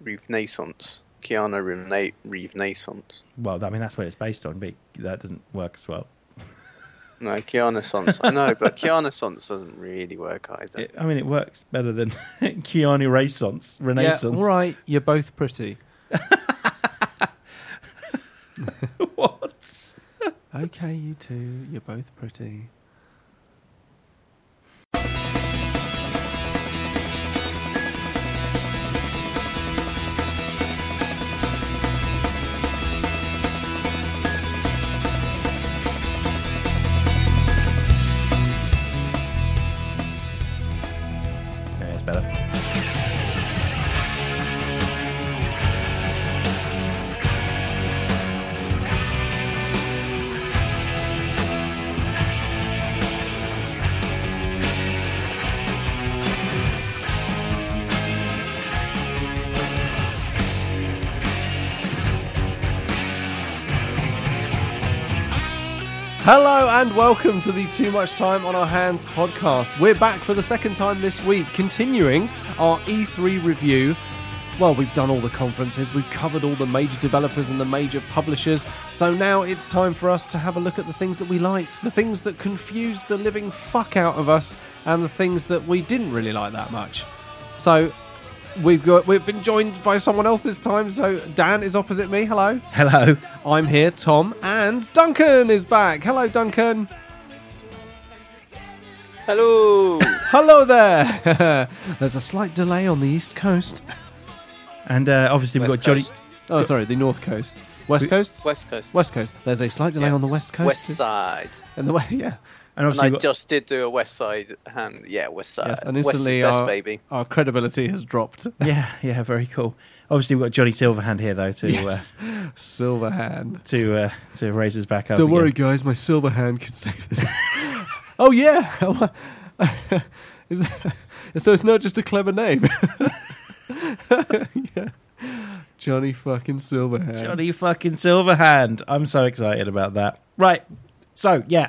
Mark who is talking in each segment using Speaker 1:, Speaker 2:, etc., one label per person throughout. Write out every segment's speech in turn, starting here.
Speaker 1: Renaissance. Keanu Rena- Renaissance.
Speaker 2: Well, I mean that's what it's based on, but that doesn't work as well.
Speaker 1: No, Keanu Sons. I know, but Keanu Sons doesn't really work either.
Speaker 2: It, I mean, it works better than Keanu Renaissance. Renaissance.
Speaker 3: Yeah, all right, you're both pretty.
Speaker 2: what?
Speaker 3: Okay, you two, you're both pretty.
Speaker 2: Yeah, it's better.
Speaker 3: Hello and welcome to the Too Much Time on Our Hands podcast. We're back for the second time this week, continuing our E3 review. Well, we've done all the conferences, we've covered all the major developers and the major publishers, so now it's time for us to have a look at the things that we liked, the things that confused the living fuck out of us, and the things that we didn't really like that much. So we've got we've been joined by someone else this time, so Dan is opposite me. Hello.
Speaker 2: Hello.
Speaker 3: I'm here, Tom, and Duncan is back. Hello, Duncan.
Speaker 1: Hello!
Speaker 3: Hello there. There's a slight delay on the East Coast.
Speaker 2: And uh, obviously we've
Speaker 1: West
Speaker 2: got Johnny.
Speaker 1: Coast.
Speaker 3: Oh, sorry, the North Coast. West
Speaker 2: We-
Speaker 3: Coast?
Speaker 1: West Coast.
Speaker 3: West Coast. There's a slight delay
Speaker 1: Yeah.
Speaker 3: on the West Coast.
Speaker 1: West Side.
Speaker 3: And the way, yeah.
Speaker 2: And
Speaker 1: And
Speaker 2: obviously,
Speaker 1: I
Speaker 2: we've got-
Speaker 1: just did do a West Side hand. Yeah, Uh, West Side.
Speaker 3: Yes, and instantly
Speaker 1: West is best,
Speaker 3: our,
Speaker 1: baby.
Speaker 3: our credibility has dropped.
Speaker 2: yeah, yeah, very cool. Obviously, we've got Johnny Silverhand here though to
Speaker 3: Yes. Silver hand.
Speaker 2: uh, to uh, to raise us back up.
Speaker 3: Don't worry,
Speaker 2: again.
Speaker 3: guys. My silver hand can save the day. oh yeah. Is that- so it's not just a clever name. yeah. Johnny fucking Silverhand.
Speaker 2: Johnny fucking Silverhand. I'm so excited about that. Right. So yeah,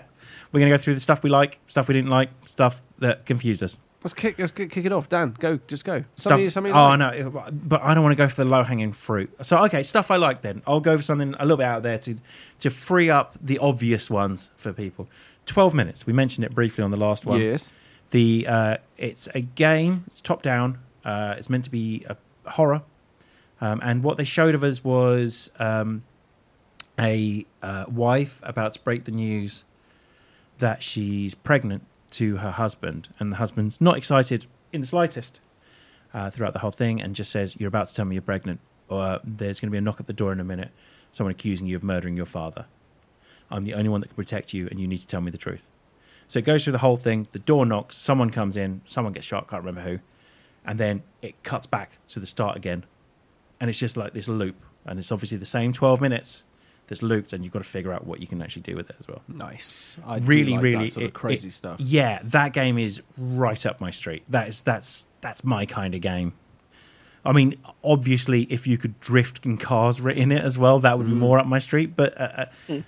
Speaker 2: we're gonna go through the stuff we like, stuff we didn't like, stuff that confused us.
Speaker 3: Let's kick. Let's kick, kick it off. Dan, go. Just go.
Speaker 2: Stuff.
Speaker 3: Somebody, somebody
Speaker 2: oh
Speaker 3: liked.
Speaker 2: no, it- but I don't want to go for the low hanging fruit. So okay, stuff I like then. I'll go for something a little bit out there to to free up the obvious ones for people. Twelve minutes. We mentioned it briefly on the last one.
Speaker 3: Yes.
Speaker 2: The uh, it's a game. It's top down. Uh, it's meant to be a horror, um, and what they showed of us was um, a uh, wife about to break the news that she's pregnant to her husband, and the husband's not excited in the slightest uh, throughout the whole thing, and just says, "You're about to tell me you're pregnant, or there's going to be a knock at the door in a minute. Someone accusing you of murdering your father. I'm the only one that can protect you, and you need to tell me the truth." So it goes through the whole thing. The door knocks. Someone comes in. Someone gets shot. Can't remember who. And then it cuts back to the start again, and it's just like this loop. And it's obviously the same twelve minutes that's looped, and you've got to figure out what you can actually do with it as well.
Speaker 3: Nice. I
Speaker 2: really,
Speaker 3: do like
Speaker 2: really
Speaker 3: that sort
Speaker 2: it-
Speaker 3: of crazy
Speaker 2: it-
Speaker 3: stuff.
Speaker 2: Yeah, that game is right up my street. That is that's that's my kind of game. I mean, obviously, if you could drift in cars ri- in it as well, that would
Speaker 3: Mm.
Speaker 2: be more up my street. But uh, uh,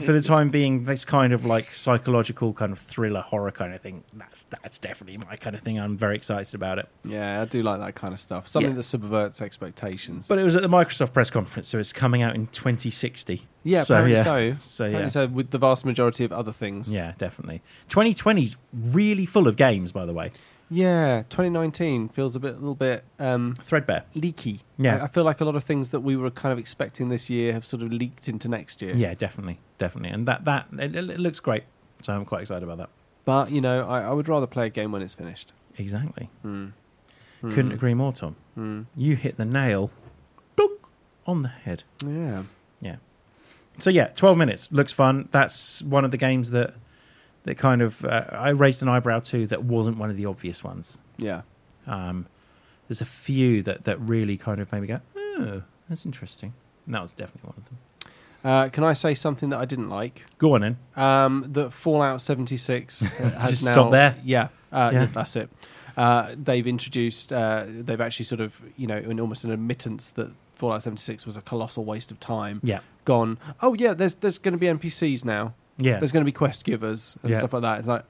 Speaker 2: for the time being, this kind of like psychological kind of thriller horror kind of thing, that's that's definitely my kind of thing. I'm very excited about it.
Speaker 3: Yeah, I do like that kind of stuff. Something
Speaker 2: Yeah.
Speaker 3: that subverts expectations.
Speaker 2: But it was at the Microsoft press conference, so it's coming out in 2060.
Speaker 3: yeah,
Speaker 2: so,
Speaker 3: apparently
Speaker 2: yeah.
Speaker 3: so.
Speaker 2: So,
Speaker 3: Apparently
Speaker 2: yeah.
Speaker 3: so with the vast majority of other things.
Speaker 2: Yeah, definitely. 2020's really full of games, by the way.
Speaker 3: Yeah, 2019 feels a bit, a little bit um,
Speaker 2: Threadbare.
Speaker 3: leaky.
Speaker 2: Yeah.
Speaker 3: I, I feel like a lot of things that we were kind of expecting this year have sort of leaked into next year.
Speaker 2: Yeah, definitely, definitely, and that that it, it looks great. So I'm quite excited about that.
Speaker 3: But you know, I, I would rather play a game when it's finished.
Speaker 2: Exactly.
Speaker 3: Hmm.
Speaker 2: Couldn't agree more, Tom.
Speaker 3: Hmm.
Speaker 2: You hit the nail, dunk, on the head.
Speaker 3: Yeah.
Speaker 2: So yeah, 12 minutes looks fun. That's one of the games that that kind of uh, I raised an eyebrow to that wasn't one of the obvious ones.
Speaker 3: Yeah.
Speaker 2: Um, there's a few that that really kind of made me go, oh, that's interesting. And that was definitely one of them.
Speaker 3: Uh, can I say something that I didn't like?
Speaker 2: Go on in.
Speaker 3: Um, that Fallout 76 has
Speaker 2: Just
Speaker 3: now,
Speaker 2: stop there.
Speaker 3: Yeah, uh,
Speaker 2: Yeah.
Speaker 3: that's it. Uh, they've introduced. Uh, they've actually sort of, you know, in almost an admittance that Fallout 76 was a colossal waste of time.
Speaker 2: Yeah,
Speaker 3: Gone. Oh yeah, there's there's going to be NPCs now.
Speaker 2: yeah,
Speaker 3: There's going to be quest givers and
Speaker 2: Yeah.
Speaker 3: stuff like that. It's like,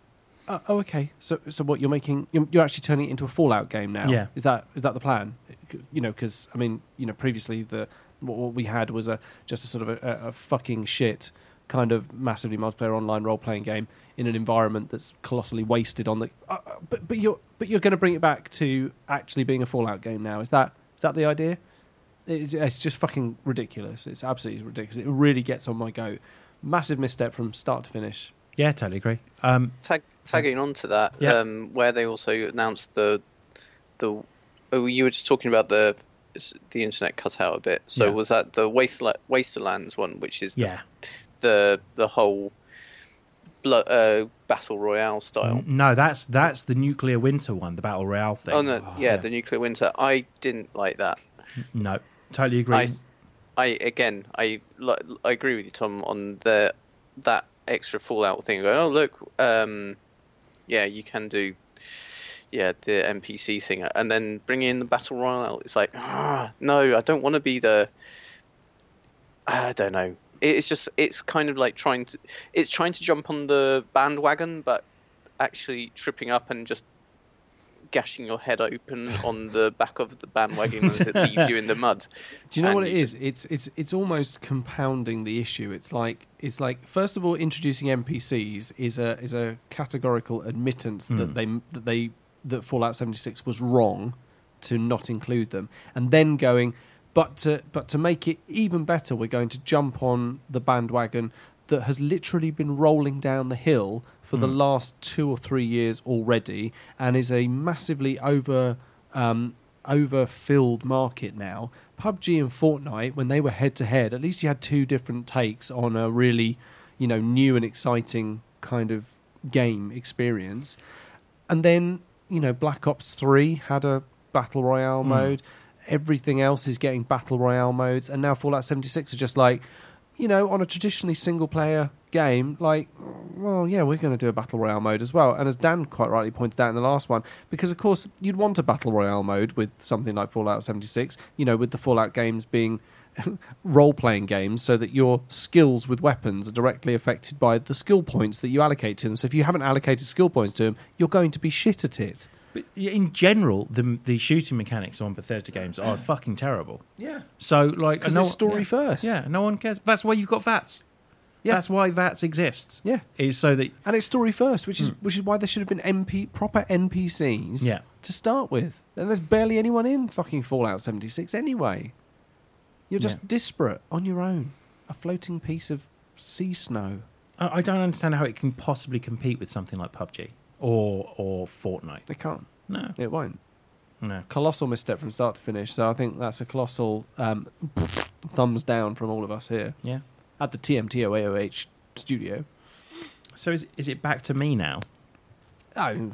Speaker 3: oh, oh okay. So so what you're making? You're, you're actually turning it into a Fallout game now.
Speaker 2: Yeah.
Speaker 3: Is that is that the plan? c- you know, because I mean, you know, previously the what, what we had was a just a sort of a, a- a fucking shit kind of massively multiplayer online role playing game in an environment that's colossally wasted on the. Uh, uh, but but you're but you're going to bring it back to actually being a Fallout game now. Is that is that the idea? It's, it's just fucking ridiculous. It's absolutely ridiculous. It really gets on my goat. Massive misstep from start to finish.
Speaker 2: Yeah, totally agree. Um,
Speaker 1: Tag, tagging on to that,
Speaker 2: Yeah.
Speaker 1: um, where they also announced the the oh, you were just talking about the the internet cut out a bit. So
Speaker 2: Yeah.
Speaker 1: was that the Wasteland, Wastelands one, which is
Speaker 2: yeah.
Speaker 1: the the whole blo- uh, battle royale style?
Speaker 2: No, that's that's the nuclear winter one, the battle royale thing.
Speaker 1: Oh no, yeah,
Speaker 2: yeah.
Speaker 1: the nuclear winter. I didn't like that.
Speaker 2: No, totally agree.
Speaker 1: I, I again, I li- I agree with you, Tom, on the that extra Fallout thing. Going, oh look, um, yeah, you can do, yeah, the NPC thing, and then bringing in the battle royale. It's like, ah, no, I don't want to be the. I don't know. It- It's just it's kind of like trying to it's trying to jump on the bandwagon, but actually tripping up and just gashing your head open on the back of the bandwagon as it leaves you in the mud.
Speaker 3: Do you know
Speaker 1: And
Speaker 3: what it
Speaker 1: you
Speaker 3: is? It's it's it's almost compounding the issue. It's like it's like first of all, introducing NPCs is a is a categorical admittance that they that they that Fallout seventy six was wrong to not include them, and then going, but to but to make it even better, we're going to jump on the bandwagon that has literally been rolling down the hill for the last two or three years already, and is a massively over um, overfilled market now. PUBG and Fortnite, when they were head to head, at least you had two different takes on a really, you know, new and exciting kind of game experience. And then, you know, Black Ops 3 had a battle royale mode. Everything else is getting battle royale modes. And now Fallout 76 are just like, you know, on a traditionally single player game, like, well, yeah, we're going to do a battle royale mode as well. And as Dan quite rightly pointed out in the last one, because of course you'd want a battle royale mode with something like Fallout 76, you know, with the Fallout games being role playing games so that your skills with weapons are directly affected by the skill points that you allocate to them. So if you haven't allocated skill points to them, you're going to be shit at it.
Speaker 2: But in general, the the shooting mechanics on Bethesda games are fucking terrible.
Speaker 3: Yeah.
Speaker 2: So like,
Speaker 3: 'Cause it's story
Speaker 2: yeah.
Speaker 3: first.
Speaker 2: Yeah, no one cares. That's why you've got VATS.
Speaker 3: Yeah.
Speaker 2: That's why VATS exists.
Speaker 3: Yeah.
Speaker 2: is so that
Speaker 3: And it's story first, which is which is why there should have been MP proper NPCs
Speaker 2: Hmm. Yeah.
Speaker 3: to start with. And there's barely anyone in fucking Fallout 76 anyway. You're just
Speaker 2: Yeah.
Speaker 3: disparate on your own, a floating piece of sea snow.
Speaker 2: I, I don't understand how it can possibly compete with something like PUBG or or Fortnite.
Speaker 3: They can't.
Speaker 2: No,
Speaker 3: It won't.
Speaker 2: no.
Speaker 3: Colossal misstep from start to finish. So I think that's a colossal um, thumbs down from all of us here
Speaker 2: Yeah.
Speaker 3: at the TMTOAOH studio.
Speaker 2: So is is it back to me now?
Speaker 3: Oh,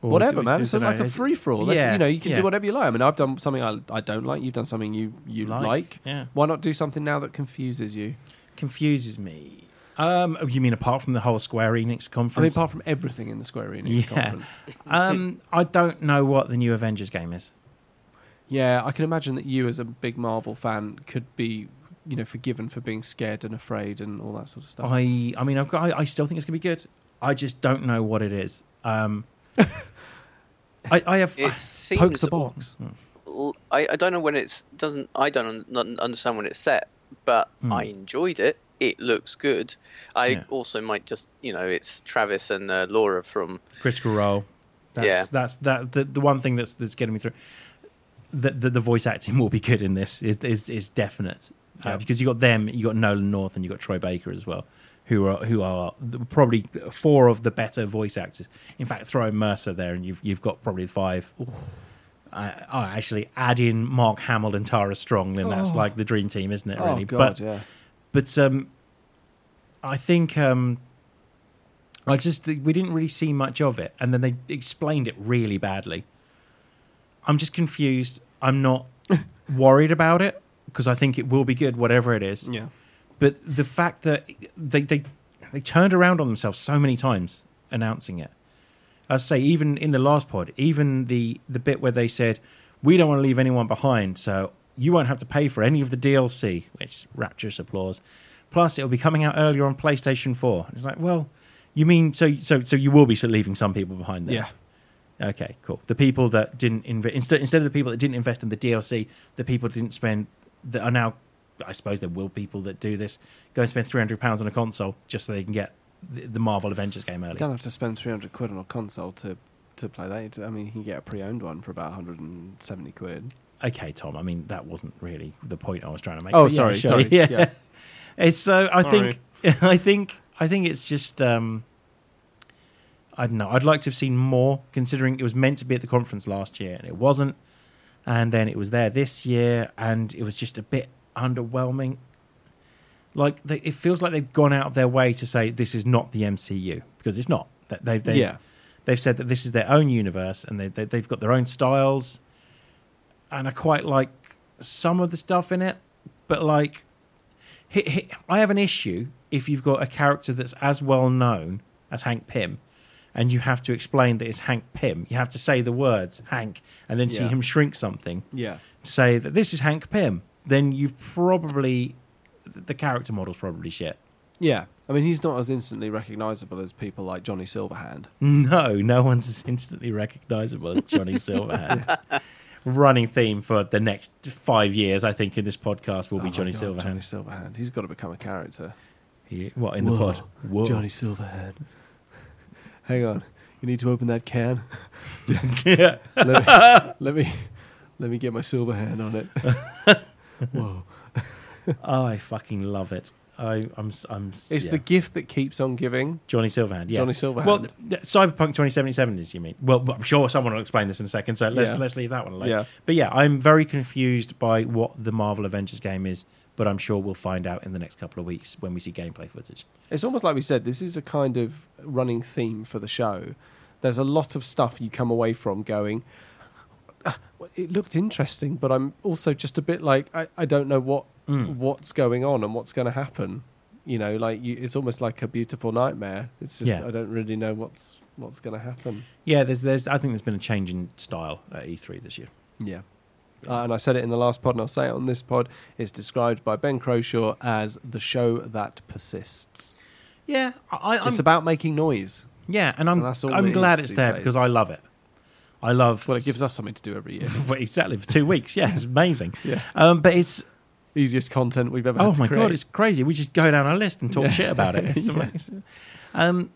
Speaker 2: Or
Speaker 3: whatever,
Speaker 2: do-
Speaker 3: man.
Speaker 2: is
Speaker 3: It's
Speaker 2: it
Speaker 3: like a
Speaker 2: is it-
Speaker 3: free for all. Yeah,
Speaker 2: Yeah,
Speaker 3: you know, you can
Speaker 2: yeah.
Speaker 3: do whatever you like. I mean, I've done something I, I don't like. You've done something you, you like.
Speaker 2: Yeah.
Speaker 3: Why not do something now that confuses you?
Speaker 2: Confuses me. Um, oh, you mean apart from the whole Square Enix
Speaker 3: I mean,
Speaker 2: conference?
Speaker 3: apart from everything in the Square Enix
Speaker 2: Yeah.
Speaker 3: conference.
Speaker 2: um, I don't know what the new Avengers game is.
Speaker 3: Yeah, I can imagine that you, as a big Marvel fan, could be, you know, forgiven for being scared and afraid and all that sort of stuff.
Speaker 2: I I mean I've got I, I still think it's gonna be good. I just don't know what it is. Um, I, I have
Speaker 1: It seems
Speaker 3: Poke the box.
Speaker 1: l- I, I don't know when it's doesn't I don't un, not understand when it's set, but I enjoyed it. It looks good. I
Speaker 2: Hmm. Yeah.
Speaker 1: also might just you know it's Travis and uh, Laura from
Speaker 2: Critical Role. That's,
Speaker 1: Yeah.
Speaker 2: that's that the, the one thing that's that's getting me through. The, the the voice acting will be good in this is is, is definite uh,
Speaker 3: Yeah.
Speaker 2: because you got them, you got Nolan North, and you got Troy Baker as well, who are who are the- probably four of the better voice actors. In fact, throw in Mercer there, and you've youve got probably five. I, I actually add in Mark Hamill and Tara Strong, then that's
Speaker 3: Oh.
Speaker 2: like the dream team, isn't it?
Speaker 3: oh,
Speaker 2: Really,
Speaker 3: God,
Speaker 2: but
Speaker 3: yeah.
Speaker 2: but um, I think um, I just think we didn't really see much of it, and then they explained it really badly. I'm just confused. I'm not worried about it because I think it will be good, whatever it is.
Speaker 3: Yeah.
Speaker 2: But the fact that they they they turned around on themselves so many times announcing it. I say even in the last pod, even the the bit where they said we don't want to leave anyone behind, so you won't have to pay for any of the DLC, which rapturous applause. Plus, it'll be coming out earlier on PlayStation Four. It's like, well, you mean so so so you will be sort of leaving some people behind there.
Speaker 3: Yeah.
Speaker 2: Okay, cool. The people that didn't invest instead instead of the people that didn't invest in the DLC, the people that didn't spend that are now, I suppose there will people that do this go and spend three hundred pounds on a console just so they can get the, the Marvel Avengers game
Speaker 3: You
Speaker 2: early.
Speaker 3: don't have to spend 300 quid on a console to to play that. I mean, you can get a pre-owned one for about 170 quid.
Speaker 2: Okay, Tom. I mean that wasn't really the point I was trying to make.
Speaker 3: Oh,
Speaker 2: but yeah,
Speaker 3: sorry,
Speaker 2: sure,
Speaker 3: sorry,
Speaker 2: Yeah.
Speaker 3: yeah.
Speaker 2: it's so I
Speaker 3: Sorry.
Speaker 2: think I think I think it's just um, I don't know. I'd like to have seen more, considering it was meant to be at the conference last year and it wasn't, and then it was there this year and it was just a bit underwhelming. Like they, it feels like they've gone out of their way to say this is not the MCU because it's not. That they've, they've
Speaker 3: yeah,
Speaker 2: they've said that this is their own universe and they, they, they've got their own styles and i quite like some of the stuff in it but like hi hi i have an issue if you've got a character that's as well known as hank pym and you have to explain that it's hank pym you have to say the words hank and then see
Speaker 3: Yeah.
Speaker 2: him shrink something
Speaker 3: yeah,
Speaker 2: to say that this is hank pym then you've probably the character model's probably shit
Speaker 3: yeah. I mean, he's not as instantly recognisable as people like Johnny Silverhand.
Speaker 2: No, no one's as instantly recognizable as Johnny Silverhand. Running theme for the next five years, I think, in this podcast will
Speaker 3: Oh
Speaker 2: be
Speaker 3: my
Speaker 2: Johnny
Speaker 3: God,
Speaker 2: Silverhand.
Speaker 3: Johnny Silverhand. He's got to become a character.
Speaker 2: He- what in the pod? Whoa.
Speaker 3: Johnny Silverhand. Hang on. You need to open that can.
Speaker 2: yeah.
Speaker 3: Let me, let me let me get my silver hand on it. Whoa.
Speaker 2: Oh, I fucking love it. I, I'm. s- I'm. s-
Speaker 3: It's
Speaker 2: yeah.
Speaker 3: the gift that keeps on giving.
Speaker 2: Johnny Silverhand. Yeah.
Speaker 3: Johnny Silverhand.
Speaker 2: Well, th- th- Cyberpunk 2077 is you mean? Well, I'm sure someone will explain this in a second. So let's
Speaker 3: Yeah.
Speaker 2: let's leave that one alone.
Speaker 3: Yeah.
Speaker 2: But yeah, I'm very confused by what the Marvel Avengers game is, but I'm sure we'll find out in the next couple of weeks when we see gameplay footage.
Speaker 3: It's almost like we said, this is a kind of running theme for the show. There's a lot of stuff you come away from going, "Ah, well, it looked interesting, but I'm also just a bit like, I, I don't know what
Speaker 2: Mm.
Speaker 3: what's going on and what's going to happen. You know, like you, it's almost like a beautiful nightmare. It's just
Speaker 2: Yeah.
Speaker 3: I don't really know what's what's going to happen.
Speaker 2: Yeah, there's, there's. I think there's been a change in style at E3 this year.
Speaker 3: Yeah. Uh, and I said it in the last pod, and I'll say it on this pod. It's described by Ben Croshaw as the show that persists.
Speaker 2: Yeah, I, I'm.
Speaker 3: it's about making noise.
Speaker 2: yeah, and I'm.
Speaker 3: and that's all
Speaker 2: I'm
Speaker 3: it
Speaker 2: glad
Speaker 3: is
Speaker 2: it's
Speaker 3: these
Speaker 2: there
Speaker 3: days.
Speaker 2: because I love it. I love.
Speaker 3: Well, it gives us something to do every year.
Speaker 2: exactly for two weeks. Yeah, it's amazing.
Speaker 3: yeah.
Speaker 2: Um, but it's
Speaker 3: Easiest content we've ever
Speaker 2: oh
Speaker 3: had to
Speaker 2: my
Speaker 3: create.
Speaker 2: god, it's crazy. We just go down our list and talk
Speaker 3: Yeah.
Speaker 2: shit about it. It's
Speaker 3: Yeah.
Speaker 2: amazing. Um,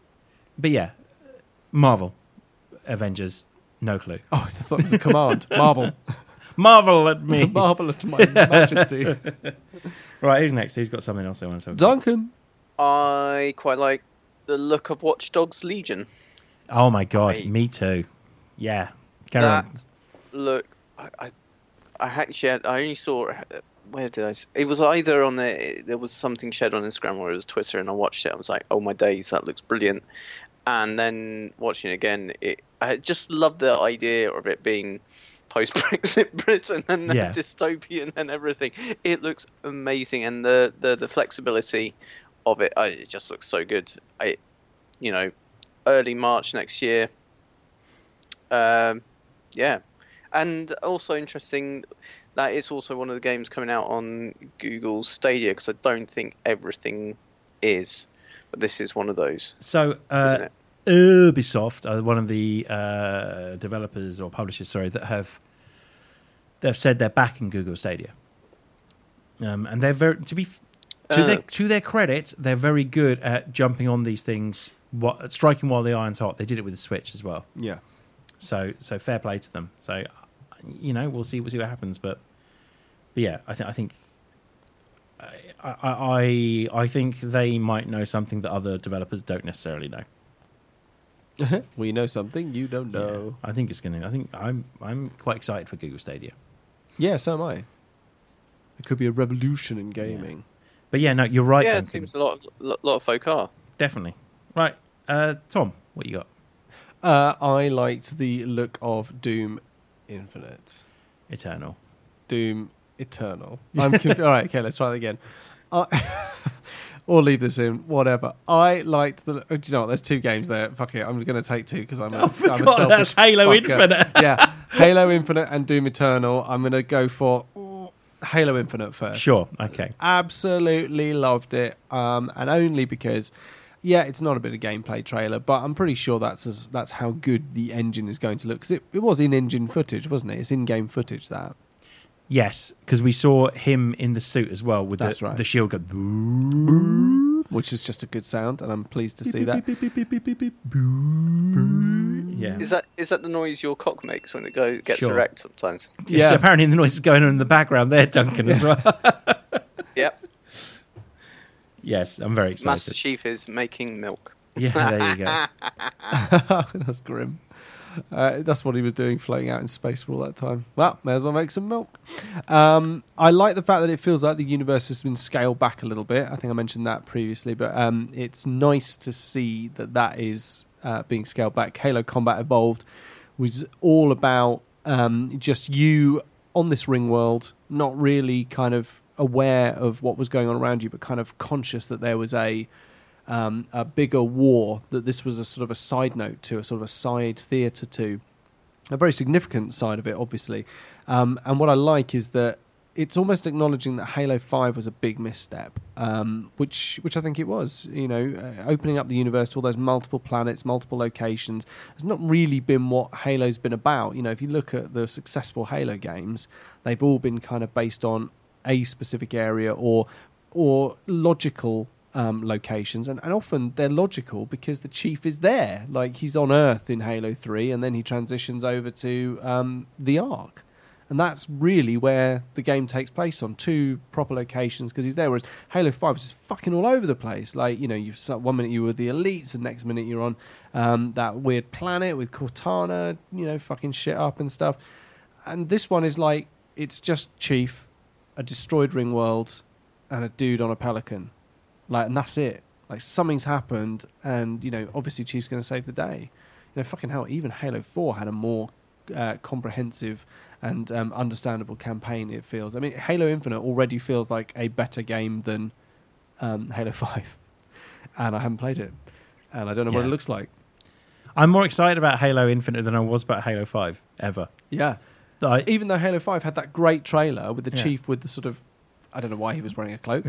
Speaker 2: but yeah, Marvel, Avengers, no clue.
Speaker 3: Oh, I thought it was a command. Marvel.
Speaker 2: Marvel at me.
Speaker 3: Marvel at my majesty.
Speaker 2: right, who's next? Who's got something else they want to talk about?
Speaker 3: Duncan.
Speaker 1: I quite like the look of Watch Dogs Legion.
Speaker 2: Oh my god,
Speaker 1: I-
Speaker 2: me too. Yeah, carry
Speaker 1: that
Speaker 2: on.
Speaker 1: look, I, I, I actually had, I only saw where did I? s- It was either on the there was something shared on Instagram or it was Twitter, and I watched it. I was like, oh my days, that looks brilliant. And then watching it again, it I just love the idea of it being post Brexit Britain and the
Speaker 2: Yeah.
Speaker 1: dystopian and everything. It looks amazing, and the the, the flexibility of it, I, it just looks so good. I, you know, early March next year. Um, yeah, and also interesting that it's also one of the games coming out on Google Stadia because I don't think everything is, but this is one of those,
Speaker 2: So,
Speaker 1: isn't
Speaker 2: uh,
Speaker 1: it?
Speaker 2: Ubisoft are one of the uh, developers or publishers, sorry, that have they've said they're backing Google Stadia, um, and they're very to be f- to
Speaker 1: Uh.
Speaker 2: their to their credit, they're very good at jumping on these things, what, striking while the iron's hot. They did it with the Switch as well,
Speaker 3: Yeah.
Speaker 2: so so fair play to them. So, you know, we'll see we'll see what happens, but but yeah, I think I think. I, I I- I think they might know something that other developers don't necessarily know.
Speaker 3: We know something you don't know.
Speaker 2: Yeah, I think it's gonna. I think I'm. I'm quite excited for Google Stadia.
Speaker 3: Yeah, so am I. It could be a revolution in gaming.
Speaker 2: But yeah, no, you're right.
Speaker 1: yeah, it
Speaker 2: Duncan.
Speaker 1: seems a lot, lot, lot of folk are.
Speaker 2: definitely right. Uh, Tom, what you got?
Speaker 3: Uh, I liked the look of Doom Infinite.
Speaker 2: Eternal.
Speaker 3: Doom Eternal. I'm conf- all right. Okay, let's try that again. I- or leave this in, whatever. I liked the. oh, Do you know what? There's two games there. Fuck it. I'm going to take two because I'm. a-
Speaker 2: Oh, for
Speaker 3: I'm a
Speaker 2: God,
Speaker 3: selfish
Speaker 2: that's Halo
Speaker 3: fucker.
Speaker 2: Infinite.
Speaker 3: yeah, Halo Infinite and Doom Eternal. I'm going to go for oh, Halo Infinite first
Speaker 2: Sure. Okay.
Speaker 3: absolutely loved it um, and only because Yeah, it's not a bit of gameplay trailer, but I'm pretty sure that's as, that's how good the engine is going to look because it, it was in engine footage, wasn't it? It's in game footage that.
Speaker 2: Yes, because we saw him in the suit as well with
Speaker 3: That's
Speaker 2: the,
Speaker 3: right.
Speaker 2: the shield go.
Speaker 3: Which is just a good sound, and I'm pleased to see that.
Speaker 2: Yeah.
Speaker 1: Is that is that the noise your cock makes when it go gets
Speaker 2: Sure.
Speaker 1: erect sometimes?
Speaker 2: yeah.
Speaker 3: Yeah.
Speaker 2: So apparently the noise is going on in the background there, Duncan, as well.
Speaker 1: Yep.
Speaker 2: yes, I'm very excited.
Speaker 1: Master Chief is making milk.
Speaker 2: Yeah, there you go.
Speaker 3: that's grim. Uh, that's what he was doing, floating out in space for all that time. Well, may as well make some milk. Um, I like the fact that it feels like the universe has been scaled back a little bit. I think I mentioned that previously, but um, it's nice to see that that is uh, being scaled back. Halo Combat Evolved was all about um, just you on this ring world, not really kind of aware of what was going on around you, but kind of conscious that there was a um, a bigger war that this was a sort of a side note to, a sort of a side theatre to, a very significant side of it, obviously. Um, and what I like is that it's almost acknowledging that Halo Five was a big misstep, um, which which I think it was. You know, uh, opening up the universe to all those multiple planets, multiple locations. It's not really been what Halo's been about. You know, if you look at the successful Halo games, they've all been kind of based on a specific area or or logical um, locations, and, and often they're logical because the chief is there, like he's on Earth in Halo Three, and then he transitions over to um, the Ark, and that's really where the game takes place on two proper locations because he's there. Whereas Halo Five is just fucking all over the place. Like you know, you one minute you were the elites, the next minute you're on um, that weird planet with Cortana, you know, fucking shit up and stuff. And this one is like it's just Chief, a destroyed ring world, and a dude on a pelican like and that's it like something's happened and you know obviously chief's going to save the day you know fucking hell even halo 4 had a more uh, comprehensive and um, understandable campaign it feels i mean halo infinite already feels like a better game than um, halo 5 and i haven't played it and i don't know what
Speaker 2: Yeah.
Speaker 3: it looks like
Speaker 2: I'm more excited about Halo Infinite than I was about Halo 5 ever.
Speaker 3: yeah
Speaker 2: I,
Speaker 3: even though halo 5 had that great trailer with the
Speaker 2: Yeah.
Speaker 3: chief with the sort of i don't know why he was wearing a cloak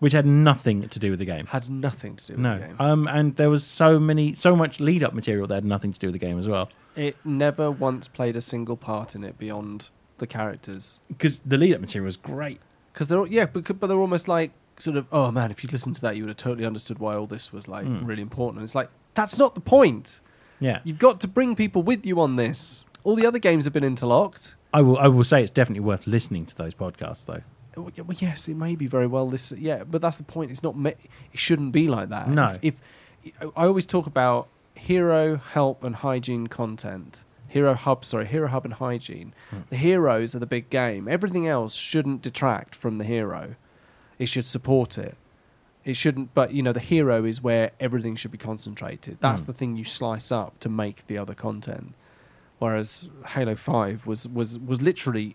Speaker 2: which had nothing to do with the game.
Speaker 3: had nothing to do with the
Speaker 2: No.
Speaker 3: game
Speaker 2: Um, and there was so many, so much lead up material that had nothing to do with the game as well.
Speaker 3: it never once played a single part in it beyond the characters
Speaker 2: Because the lead up material was great.
Speaker 3: because they're all- yeah, but, but they're almost like sort of oh man, if you listened to that, you would have totally understood why all this was like
Speaker 2: Mm.
Speaker 3: really important. And it's like that's not the point.
Speaker 2: Yeah.
Speaker 3: You've got to bring people with you on this. All the other games have been interlocked.
Speaker 2: I will, I will say it's definitely worth listening to those podcasts, though.
Speaker 3: Well, y- well, yes, it may be very well this. Yeah, but that's the point. It's not. Me- it shouldn't be like that.
Speaker 2: No.
Speaker 3: If, if I always talk about hero help and hygiene content, hero hub. Sorry, hero hub and hygiene. The heroes are the big game. Everything else shouldn't detract from the hero. It should support it. It shouldn't. But you know, the hero is where everything should be concentrated. That's
Speaker 2: Mm.
Speaker 3: the thing you slice up to make the other content. Whereas Halo Five was was was literally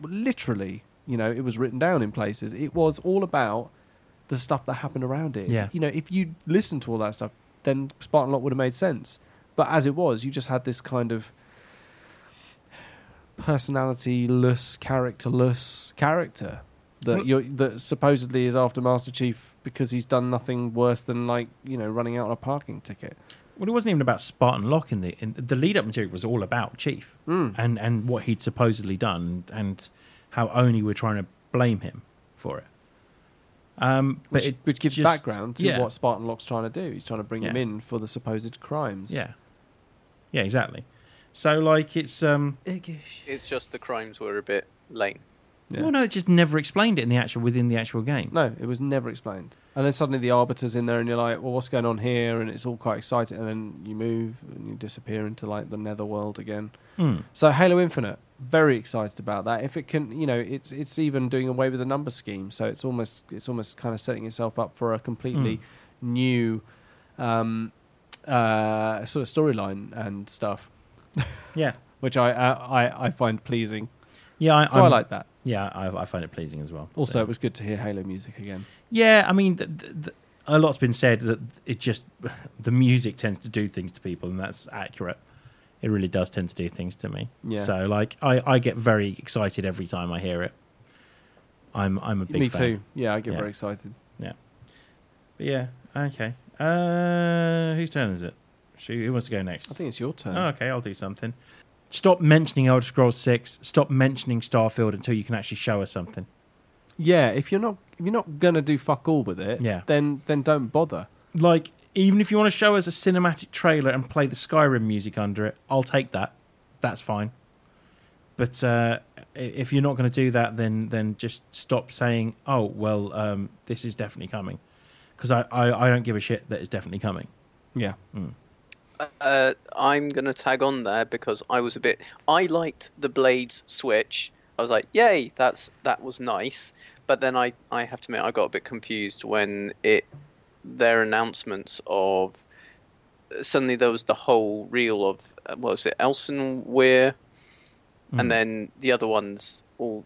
Speaker 3: literally, you know, it was written down in places. It was all about the stuff that happened around it.
Speaker 2: Yeah.
Speaker 3: You know, if you listened to all that stuff, then Spartan Lot would have made sense. But as it was, you just had this kind of personality-less, characterless character that
Speaker 2: Well-
Speaker 3: you that supposedly is after Master Chief because he's done nothing worse than like you know running out on a parking ticket.
Speaker 2: Well, it wasn't even about Spartan Locke in the in, the lead up material was all about Chief
Speaker 3: Mm.
Speaker 2: and and what he'd supposedly done and how only we're trying to blame him for it. Um, but
Speaker 3: Which,
Speaker 2: it
Speaker 3: which gives
Speaker 2: just-
Speaker 3: background to
Speaker 2: yeah.
Speaker 3: what Spartan Locke's trying to do. He's trying to bring him
Speaker 2: Yeah.
Speaker 3: in for the supposed crimes.
Speaker 2: yeah, yeah, exactly. So like it's um,
Speaker 1: It's just the crimes were a bit lame.
Speaker 3: Yeah.
Speaker 2: well, no, it just never explained it in the actual within the actual game.
Speaker 3: No, it was never explained. And then suddenly the arbiter's in there, and you're like, "Well, what's going on here?" And it's all quite exciting. And then you move and you disappear into like the netherworld again.
Speaker 2: Hmm.
Speaker 3: So Halo Infinite, very excited about that. If it can, you know, it's it's even doing away with the number scheme, so it's almost it's almost kind of setting itself up for a completely
Speaker 2: Hmm.
Speaker 3: new um, uh, sort of storyline and stuff,
Speaker 2: Yeah,
Speaker 3: which I uh, I, I find pleasing.
Speaker 2: yeah, I,
Speaker 3: so i
Speaker 2: I'm-
Speaker 3: like that.
Speaker 2: Yeah, I, I find it pleasing as well.
Speaker 3: Also,
Speaker 2: So-
Speaker 3: it was good to hear Halo music again.
Speaker 2: Yeah, I mean, th- th- th- a lot's been said that it just the music tends to do things to people, and that's accurate. It really does tend to do things to me.
Speaker 3: Yeah.
Speaker 2: So, like, I, I get very excited every time I hear it. I'm I'm a big
Speaker 3: Me
Speaker 2: fan.
Speaker 3: too. Yeah, I get
Speaker 2: Yeah.
Speaker 3: very excited.
Speaker 2: But yeah, okay. Uh, whose turn is it? She, who wants to go next?
Speaker 3: I think it's your turn.
Speaker 2: Oh, okay, I'll do something. Stop mentioning Elder Scrolls Six. Stop mentioning Starfield until you can actually show us something.
Speaker 3: Yeah, if you're not if you're not gonna do fuck all with it,
Speaker 2: Yeah.
Speaker 3: then then don't bother.
Speaker 2: Like, even if you want to show us a cinematic trailer and play the Skyrim music under it, I'll take that. That's fine. But uh, i- if you're not going to do that, then then just stop saying, "Oh, well, um, this is definitely coming," because I, I I don't give a shit that it's definitely coming.
Speaker 3: Yeah.
Speaker 1: Uh, I'm gonna tag on there because I was a bit. I liked the blades switch. I was like, "Yay, that's that was nice." But then I, I have to admit, I got a bit confused when it their announcements of suddenly there was the whole reel of uh, what was it, Elsonweir,
Speaker 2: Mm.
Speaker 1: and then the other ones all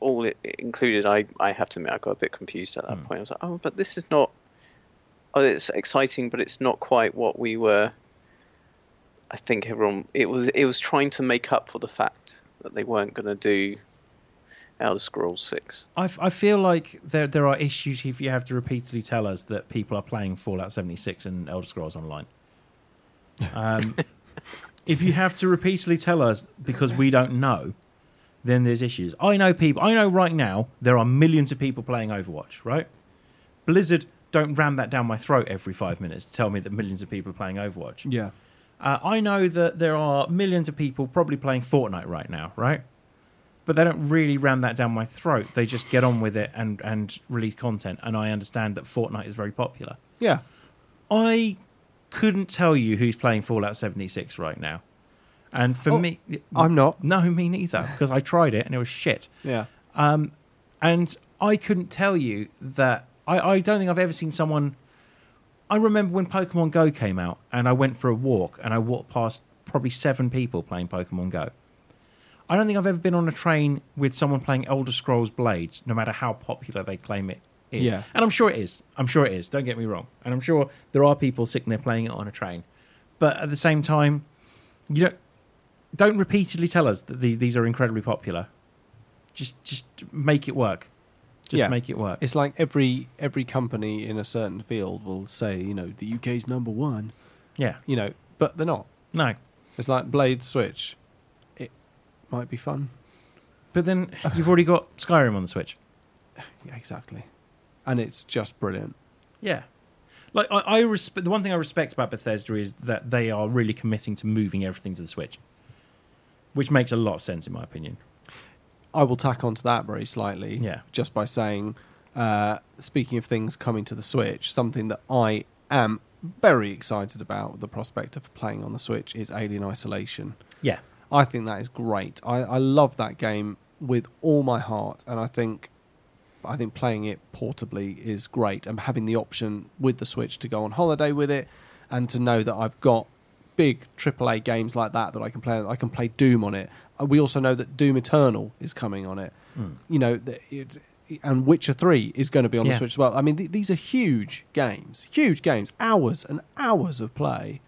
Speaker 1: all i- included. I I have to admit, I got a bit confused at that point. I was like, "Oh, but this is not." Oh, it's exciting, but it's not quite what we were I think everyone it was it was trying to make up for the fact that they weren't going to do Elder Scrolls Six.
Speaker 2: I, f- I feel like there there are issues if you have to repeatedly tell us that people are playing Fallout 76 and Elder Scrolls Online. Um, if you have to repeatedly tell us because we don't know, then there's issues. I know people. I know right now there are millions of people playing Overwatch. Right, Blizzard don't ram that down my throat every five minutes to tell me that millions of people are playing Overwatch.
Speaker 3: Yeah.
Speaker 2: Uh, I know that there are millions of people probably playing Fortnite right now, right? But they don't really ram that down my throat. They just get on with it and, and release content. And I understand that Fortnite is very popular.
Speaker 3: Yeah.
Speaker 2: I couldn't tell you who's playing Fallout 76 right now. And for
Speaker 3: Oh,
Speaker 2: me,
Speaker 3: I'm not.
Speaker 2: no, me neither, because I tried it and it was shit.
Speaker 3: Yeah.
Speaker 2: Um, and I couldn't tell you that. I, I don't think I've ever seen someone. I remember when Pokemon Go came out, and I went for a walk, and I walked past probably seven people playing Pokemon Go. I don't think I've ever been on a train with someone playing Elder Scrolls Blades, no matter how popular they claim it is.
Speaker 3: Yeah.
Speaker 2: And I'm sure it is. I'm sure it is. Don't get me wrong. And I'm sure there are people sitting there playing it on a train. But at the same time, you don't, don't repeatedly tell us that the, these are incredibly popular. Just just make it work. Just
Speaker 3: Yeah.
Speaker 2: make it work.
Speaker 3: It's like every every company in a certain field will say, you know, the UK's number one,
Speaker 2: yeah.
Speaker 3: you know, but they're not.
Speaker 2: No.
Speaker 3: It's like Blade Switch. It might be fun.
Speaker 2: But then you've already got Skyrim on the Switch.
Speaker 3: Yeah, exactly. And it's just brilliant.
Speaker 2: Yeah. Like I, I respect the one thing I respect about Bethesda is that they are really committing to moving everything to the Switch, which makes a lot of sense in my opinion.
Speaker 3: I will tack onto that very slightly.
Speaker 2: Yeah.
Speaker 3: Just by saying, uh, speaking of things coming to the Switch, something that I am very excited about the prospect of playing on the Switch is Alien Isolation.
Speaker 2: Yeah.
Speaker 3: I think that is great. I, I love that game with all my heart, and I think I think playing it portably is great. And having the option with the Switch to go on holiday with it, and to know that I've got big AAA games like that that I can play. I can play Doom on it. Uh, We also know that Doom Eternal is coming on it. You know, that it's, and Witcher Three is going to be on the
Speaker 2: Yeah.
Speaker 3: Switch as well. I mean, th- these are huge games, huge games, hours and hours of play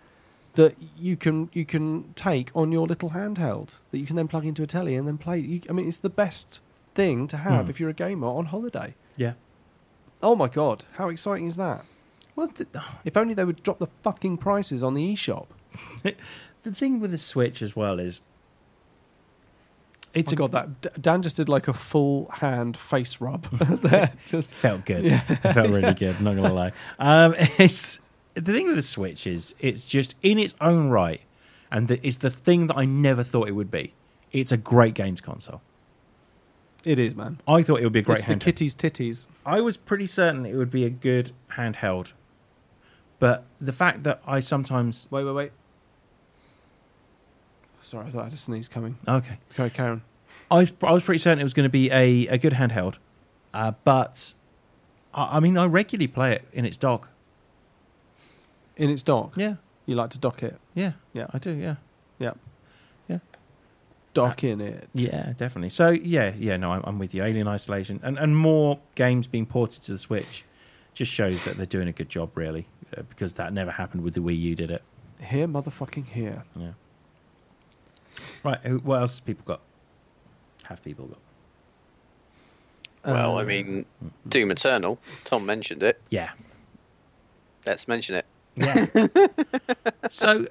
Speaker 3: that you can you can take on your little handheld that you can then plug into a telly and then play. You, I mean, it's the best thing to have
Speaker 2: Hmm.
Speaker 3: if you're a gamer on holiday.
Speaker 2: Yeah.
Speaker 3: Oh my god, how exciting is that?
Speaker 2: Well, the,
Speaker 3: If only they would drop the fucking prices on the eShop.
Speaker 2: the thing with the Switch as well is
Speaker 3: It's
Speaker 2: it's
Speaker 3: oh
Speaker 2: a
Speaker 3: god that D- Dan just did like a full hand face rub there. Just
Speaker 2: felt good. It felt really good. Not gonna lie. Um, it's the thing with the Switch is it's just in its own right, and the, it's the thing that I never thought it would be. It's a great games console.
Speaker 3: it is, man.
Speaker 2: I thought it would be a great
Speaker 3: it's the
Speaker 2: handheld.
Speaker 3: kitty's titties.
Speaker 2: I was pretty certain it would be a good handheld, but the fact that I sometimes
Speaker 3: Wait, wait, wait. Sorry, I thought I had a sneeze coming.
Speaker 2: okay,
Speaker 3: Sorry, Karen.
Speaker 2: I was, I was pretty certain it was going to be a, a good handheld, uh, but I, I mean I regularly play it in its dock.
Speaker 3: In its dock,
Speaker 2: Yeah,
Speaker 3: you like to dock it.
Speaker 2: yeah,
Speaker 3: Yeah.
Speaker 2: I do. Yeah,
Speaker 3: Dock in it.
Speaker 2: yeah, definitely. So yeah, yeah, no, I'm, I'm with you. Alien Isolation and and more games being ported to the Switch just shows that they're doing a good job, really, uh, because that never happened with the Wii U, did it?
Speaker 3: Here, motherfucking here.
Speaker 2: Yeah. Right. who- What else has people got? Have people got?
Speaker 1: Well, I
Speaker 3: Uh,
Speaker 1: mean, Doom Eternal. Tom mentioned it.
Speaker 2: Yeah.
Speaker 1: Let's mention it.
Speaker 2: Yeah. so,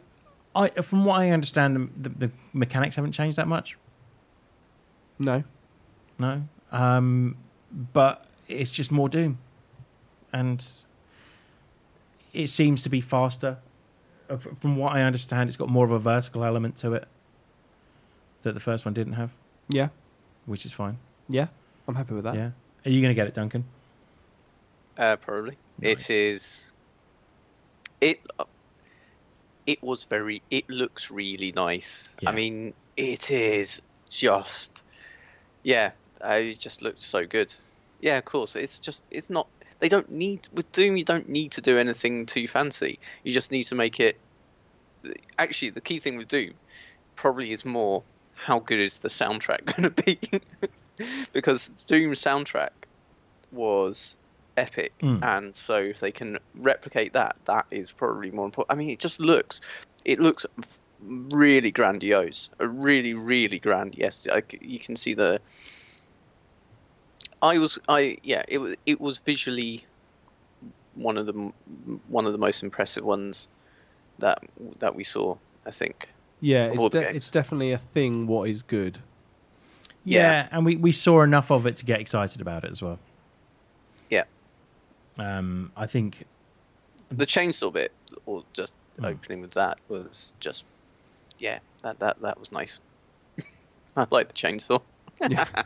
Speaker 2: I from what I understand, the, the, the mechanics haven't changed that much.
Speaker 3: No.
Speaker 2: No, um, but it's just more Doom, and it seems to be faster. Uh, fr- From what I understand, it's got more of a vertical element to it that the first one didn't have,
Speaker 3: Yeah.
Speaker 2: which is fine.
Speaker 3: Yeah. I'm happy with that.
Speaker 2: yeah. Are you going to get it, Duncan?
Speaker 1: Uh, probably. It
Speaker 2: Nice.
Speaker 1: is. It. It was very. It looks really nice.
Speaker 2: Yeah.
Speaker 1: I mean, it is just. Yeah, uh, it just looked so good. Yeah, of course. It's just. It's not. They don't need with Doom. You don't need to do anything too fancy. You just need to make it. Actually, the key thing with Doom probably is more how good is the soundtrack going to be, because Doom soundtrack was epic
Speaker 2: Mm.
Speaker 1: and so if they can replicate that that is probably more important i mean it just looks it looks f- really grandiose a really really grand yes I c you can see the i was i yeah it was it was visually one of the m- one of the most impressive ones that that we saw i think
Speaker 3: Yeah,
Speaker 1: Of
Speaker 3: it's
Speaker 1: all the
Speaker 3: de-
Speaker 1: games.
Speaker 3: it's definitely a thing. What is good?
Speaker 1: Yeah.
Speaker 2: and we, we saw enough of it to get excited about it as well.
Speaker 1: yeah
Speaker 2: Um, I think
Speaker 1: the chainsaw bit or just
Speaker 2: Mm.
Speaker 1: opening with that was just yeah that that that was nice i like the chainsaw
Speaker 3: Yeah.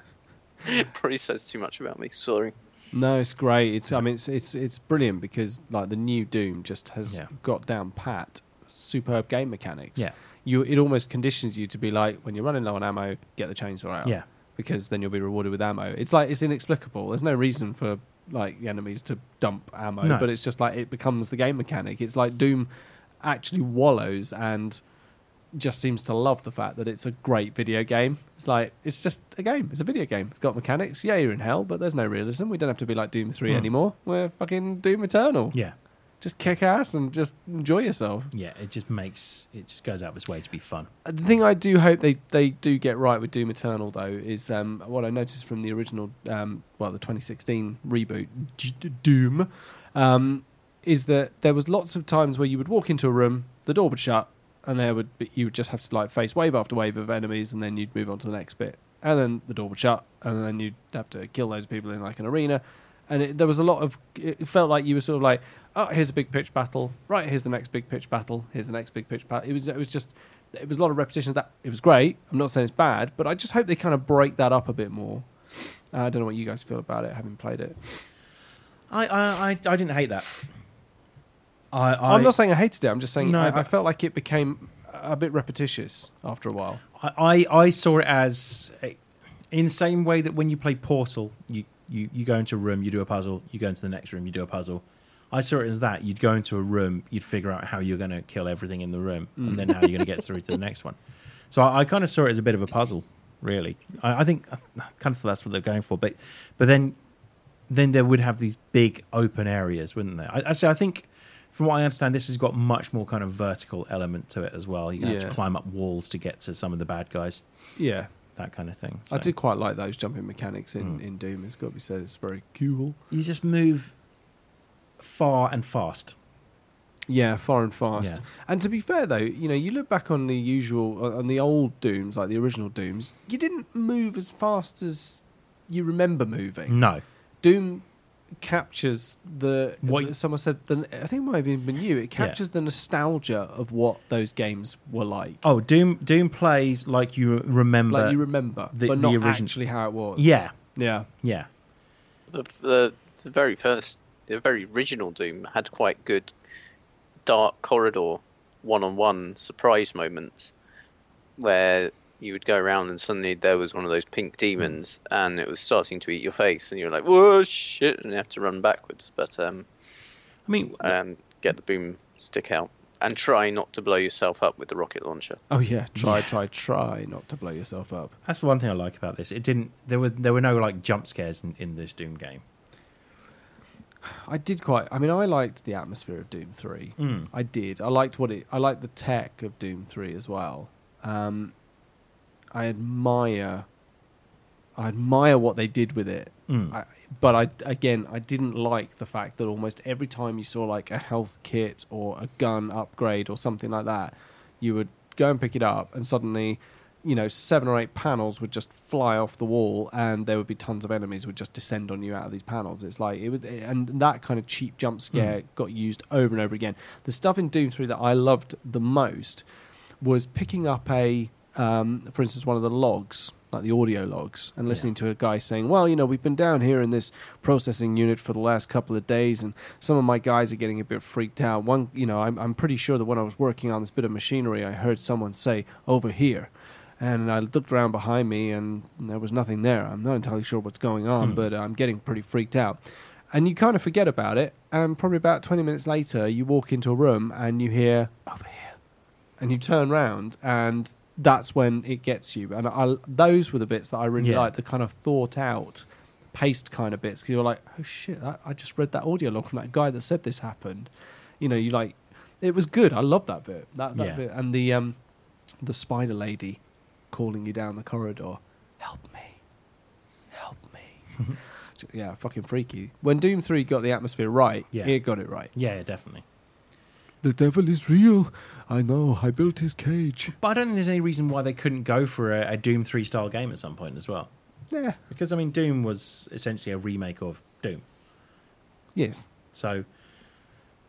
Speaker 1: it probably says too much about me sorry
Speaker 3: No, it's great. It's I mean it's it's it's brilliant because like the new Doom just has
Speaker 2: Yeah.
Speaker 3: got down pat superb game mechanics.
Speaker 2: Yeah.
Speaker 3: You it almost conditions you to be like when you're running low on ammo, get the chainsaw out.
Speaker 2: Yeah.
Speaker 3: Because then you'll be rewarded with ammo. It's like it's inexplicable. There's no reason for like the enemies to dump ammo,
Speaker 2: No.
Speaker 3: but it's just like it becomes the game mechanic. It's like Doom actually wallows and just seems to love the fact that it's a great video game. It's like it's just a game. It's a video game. It's got mechanics. Yeah, you're in hell, but there's no realism. We don't have to be like Doom Three
Speaker 2: Hmm.
Speaker 3: anymore. We're fucking Doom Eternal.
Speaker 2: yeah,
Speaker 3: Just kick ass and just enjoy yourself.
Speaker 2: yeah, it just makes it just goes out of its way to be fun.
Speaker 3: The thing I do hope they, they do get right with Doom Eternal though is um, what I noticed from the original, um, well, the 2016 reboot D- D- Doom, um, is that there was lots of times where you would walk into a room, the door would shut, and there would be, you would just have to like face wave after wave of enemies, and then you'd move on to the next bit, and then the door would shut, and then you'd have to kill those people in like an arena, and it, there was a lot of it felt like you were sort of like oh here's a big pitch battle right here's the next big pitch battle here's the next big pitch battle it was it was just it was a lot of repetition of that it was great i'm not saying it's bad but i just hope they kind of break that up a bit more uh, i don't know what you guys feel about it having played it
Speaker 2: I I I, I didn't hate that. I, I
Speaker 3: I, am not saying i hated it i'm just saying
Speaker 2: No,
Speaker 3: I, I
Speaker 2: but-
Speaker 3: felt like it became a bit repetitious after a while
Speaker 2: I, I I saw it as a, in the same way that when you play Portal, you, you, you go into a room, you do a puzzle, you go into the next room, you do a puzzle. I saw it as that. You'd go into a room, you'd figure out how you're going to kill everything in the room,
Speaker 3: Mm.
Speaker 2: and then how you're going to get through to the next one. So I, I kind of saw it as a bit of a puzzle, really. I, I think I kind of thought that's what they're going for. But but then then there would have these big open areas, wouldn't there? I, I say I think from what I understand, this has got much more kind of vertical element to it as well. You have to
Speaker 3: Yeah.
Speaker 2: climb up walls to get to some of the bad guys,
Speaker 3: yeah
Speaker 2: that kind of thing.
Speaker 3: i
Speaker 2: So
Speaker 3: did quite like those jumping mechanics in, in doom it's got to be said it's very cool
Speaker 2: You just move far and fast.
Speaker 3: Yeah, far and fast.
Speaker 2: Yeah.
Speaker 3: And to be fair, though, you know, you look back on the usual, uh, on- on the old Dooms, like the original Dooms, you didn't move as fast as you remember moving.
Speaker 2: No,
Speaker 3: Doom captures the.
Speaker 2: What-
Speaker 3: Someone said, the, I think it might have even been you, it captures the nostalgia of what those games were like.
Speaker 2: oh Doom Doom plays like you remember.
Speaker 3: like you remember,
Speaker 2: the-
Speaker 3: but
Speaker 2: the
Speaker 3: not
Speaker 2: origin-
Speaker 3: actually how it was.
Speaker 2: yeah,
Speaker 3: Yeah.
Speaker 2: yeah,
Speaker 1: the, the, the very first the very original doom had quite good dark corridor one-on-one surprise moments where you would go around and suddenly there was one of those pink demons and it was starting to eat your face and you were like whoa shit and you have to run backwards but um
Speaker 2: I mean, uh,
Speaker 1: um, get the boom stick out and try not to blow yourself up with the rocket launcher.
Speaker 3: Oh, yeah. Try,
Speaker 2: Yeah.
Speaker 3: try, try not to blow yourself up.
Speaker 2: that's the one thing I like about this. It didn't. There were there were no like jump scares in, in this Doom game.
Speaker 3: I did quite. I mean, I liked the atmosphere of Doom Three.
Speaker 2: Mm.
Speaker 3: I did. I liked what it. I liked the tech of Doom Three as well. Um, I admire I admire what they did with it.
Speaker 2: Hmm. Mm.
Speaker 3: I, but I again, I didn't like the fact that almost every time you saw like a health kit or a gun upgrade or something like that, you would go and pick it up, and suddenly, you know, seven or eight panels would just fly off the wall, and there would be tons of enemies would just descend on you out of these panels. It's like it would, and that kind of cheap jump scare got used over and over again. The stuff in Doom Three that I loved the most was picking up a, um, for instance, one of the logs, like the audio logs, and listening to a guy saying, "Well, you know, we've been down here in this processing unit for the last couple of days, and some of my guys are getting a bit freaked out. One, you know, I'm, I'm pretty sure that when I was working on this bit of machinery, I heard someone say over here." And I looked around behind me, and there was nothing there. I'm not entirely sure what's going on, but uh, I'm getting pretty freaked out. And you kind of forget about it. And probably about 20 minutes later, you walk into a room and you hear over here and you turn round and that's when it gets you and I, those were the bits that i really
Speaker 2: Yeah.
Speaker 3: liked the kind of thought out paced kind of bits because you're like oh shit I, I just read that audio log from that guy that said this happened you know you like it was good i love that bit that, that
Speaker 2: Yeah.
Speaker 3: bit and the um the spider lady calling you down the corridor help me help me yeah fucking freaky when doom 3 got the atmosphere right
Speaker 2: Yeah.
Speaker 3: it got it right
Speaker 2: Yeah, definitely.
Speaker 3: the devil is real i know i built his cage
Speaker 2: But I don't think there's any reason why they couldn't go for a, a Doom 3 style game at some point as well.
Speaker 3: yeah
Speaker 2: Because, I mean, Doom was essentially a remake of Doom.
Speaker 3: Yes.
Speaker 2: So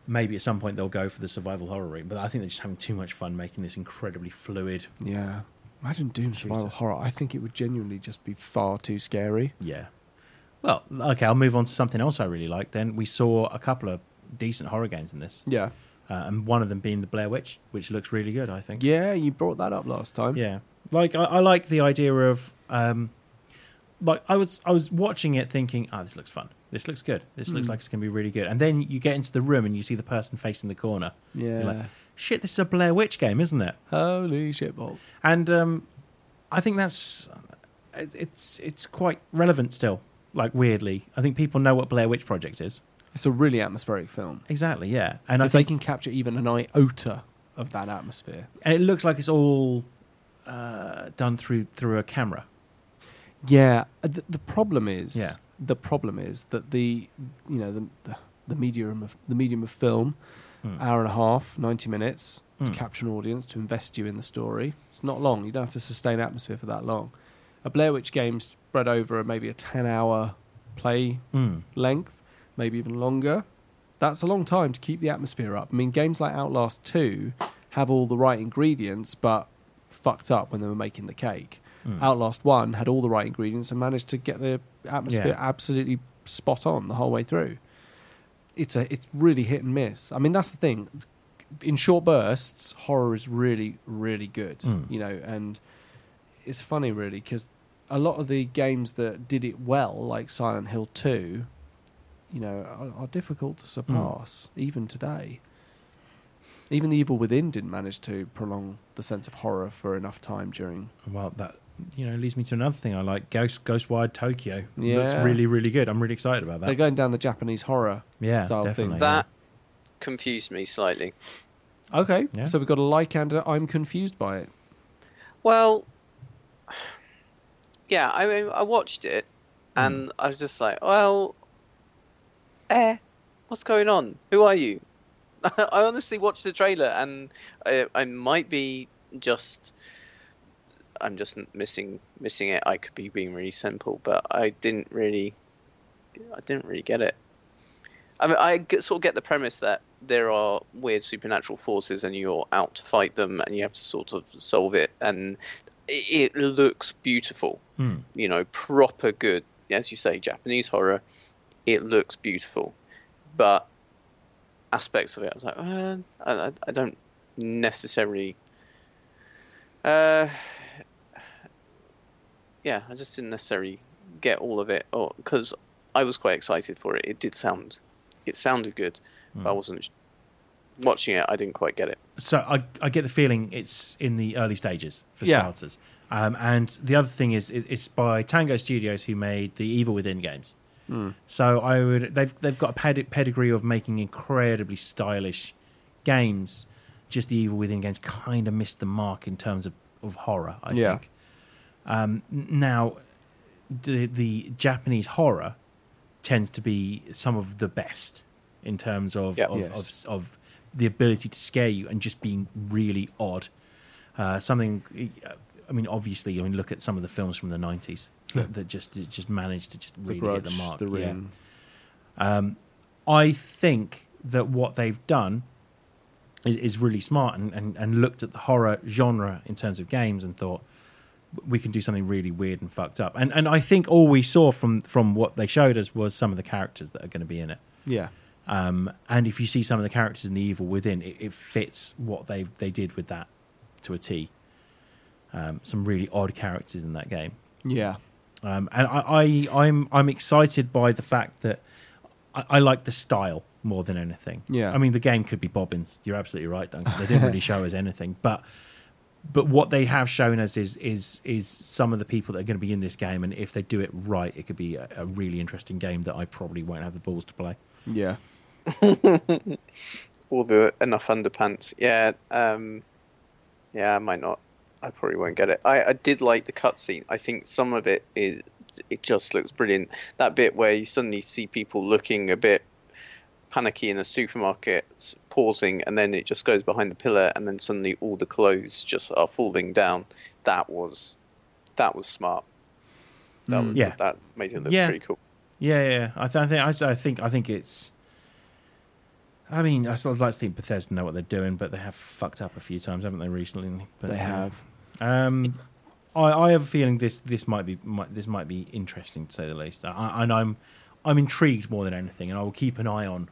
Speaker 2: maybe at some point they'll go for the survival horror route. But I think they're just having too much fun making this incredibly fluid.
Speaker 3: Yeah. Imagine Doom survival
Speaker 2: Jesus.
Speaker 3: horror. I think it would genuinely just be far too scary.
Speaker 2: Yeah. Well, okay, I'll move on to something else I really like then. We saw a couple of decent horror games in this,
Speaker 3: Yeah.
Speaker 2: uh, and one of them being The Blair Witch, which looks really good, I think.
Speaker 3: Yeah, you brought that up last time.
Speaker 2: Yeah, like I, I like the idea of um, like I was I was watching it thinking, oh, this looks fun. This looks good. This looks
Speaker 3: Hmm.
Speaker 2: like it's gonna be really good. And then you get into the room and you see the person facing the corner.
Speaker 3: Yeah.
Speaker 2: You're like, Shit, this is a Blair Witch game, isn't it?
Speaker 3: Holy shit balls.
Speaker 2: And um, I think that's it- it's it's quite relevant still. Like weirdly, I think people know what Blair Witch Project is.
Speaker 3: It's a really atmospheric film.
Speaker 2: Exactly, yeah. And
Speaker 3: And
Speaker 2: I
Speaker 3: if they
Speaker 2: think
Speaker 3: can capture even an iota of that atmosphere.
Speaker 2: and it looks like it's all uh, done through through a camera.
Speaker 3: Yeah. uh, The, the problem is
Speaker 2: Yeah.
Speaker 3: the problem is that the you know, the the, the medium of the medium of film,
Speaker 2: Mm.
Speaker 3: hour and a half, ninety minutes to
Speaker 2: Mm.
Speaker 3: capture an audience, to invest you in the story. It's not long. You don't have to sustain atmosphere for that long. A Blair Witch game spread over maybe a ten-hour play
Speaker 2: Mm.
Speaker 3: length, maybe even longer. That's a long time to keep the atmosphere up. I mean, games like Outlast 2 have all the right ingredients, but fucked up when they were making the cake.
Speaker 2: Mm.
Speaker 3: Outlast 1 had all the right ingredients and managed to get the atmosphere
Speaker 2: Yeah.
Speaker 3: absolutely spot on the whole way through. It's, a, it's really hit and miss. I mean, that's the thing. In short bursts, horror is really, really good,
Speaker 2: Mm.
Speaker 3: you know, and it's funny, really, because a lot of the games that did it well, like Silent Hill 2, you know, are, are difficult
Speaker 2: Mm.
Speaker 3: to surpass even today. Even The Evil Within didn't manage to prolong the sense of horror for enough time during.
Speaker 2: Well, that you know leads me to another thing I like: Ghost Ghostwired Tokyo. looks
Speaker 3: Yeah.
Speaker 2: really really good. I'm really excited about
Speaker 3: They're
Speaker 2: that.
Speaker 3: going down the Japanese horror.
Speaker 2: Yeah,
Speaker 3: style thing.
Speaker 2: definitely.
Speaker 1: That confused me slightly.
Speaker 3: Okay,
Speaker 2: Yeah.
Speaker 3: so we've got a like and a I'm confused by it.
Speaker 1: Well, yeah, I mean, I watched it, and I was just like, well, eh, what's going on? Who are you? I honestly watched the trailer, and I, I might be just, I'm just missing missing it. I could be being really simple, but I didn't really, I didn't really get it. I mean, I g- sort of get the premise that there are weird supernatural forces and you're out to fight them and you have to sort of solve it. And it, it looks beautiful,
Speaker 2: Hmm.
Speaker 1: you know, proper good. As you say, Japanese horror, it looks beautiful. But aspects of it, I was like, uh, I, I- I don't necessarily. Uh, yeah, I just didn't necessarily get all of it because I was quite excited for it. It did sound, it sounded good, but I wasn't watching it. I didn't quite get it.
Speaker 2: So I I get the feeling it's in the early stages for
Speaker 3: Yeah.
Speaker 2: starters. Um, and the other thing is it, it's by Tango Studios who made the Evil Within games. So I would they've they've got a pedi- pedigree of making incredibly stylish games. Just the Evil Within games kind of missed the mark in terms of, of horror. I
Speaker 3: Yeah.
Speaker 2: think. Um, n- now the, the Japanese horror tends to be some of the best in terms of
Speaker 1: Yeah.
Speaker 2: of,
Speaker 3: Yes.
Speaker 2: of, of the ability to scare you and just being really odd. Uh, something, I mean, obviously, I mean, look at some of the films from the nineties that, that just that just managed to just
Speaker 3: The
Speaker 2: really hit
Speaker 3: Grudge,
Speaker 2: the mark.
Speaker 3: The
Speaker 2: yeah.
Speaker 3: Ring.
Speaker 2: I think that what they've done is, is really smart and, and, and looked at the horror genre in terms of games and thought we can do something really weird and fucked up. And and I think all we saw from from what they showed us was some of the characters that are going to be in it.
Speaker 3: Yeah.
Speaker 2: Um, and if you see some of the characters in the Evil Within, it, it fits what they they did with that to a T. Um, some really odd characters in that game.
Speaker 3: Yeah.
Speaker 2: Um, and I, I, I'm I'm excited by the fact that I, I like the style more than anything.
Speaker 3: Yeah.
Speaker 2: I mean the game could be bobbins. You're absolutely right, Duncan. They didn't really show us anything, but but what they have shown us is is is some of the people that are going to be in this game, and if they do it right, it could be a, a really interesting game that I probably won't have the balls to play.
Speaker 3: Yeah.
Speaker 1: all the enough underpants. Yeah, um, yeah, I might not. I probably won't get it. I, I did like the cutscene. I think some of it is it just looks brilliant. That bit where you suddenly see people looking a bit panicky in a supermarket, s- pausing, and then it just goes behind the pillar, and then suddenly all the clothes just are falling down. That was that was smart. That was,
Speaker 2: Mm. Yeah.
Speaker 1: that made it look
Speaker 2: Yeah.
Speaker 1: pretty cool.
Speaker 2: Yeah, yeah, yeah. I, th- I think I, s- I think I think it's. I mean, I sort of like to think Bethesda know what they're doing, but they have fucked up a few times, haven't they, recently? But,
Speaker 3: They
Speaker 2: uh,
Speaker 3: have.
Speaker 2: Um, I, I have a feeling this this might be might, this might be interesting to say the least. I, and I'm I'm intrigued more than anything, and I will keep an eye on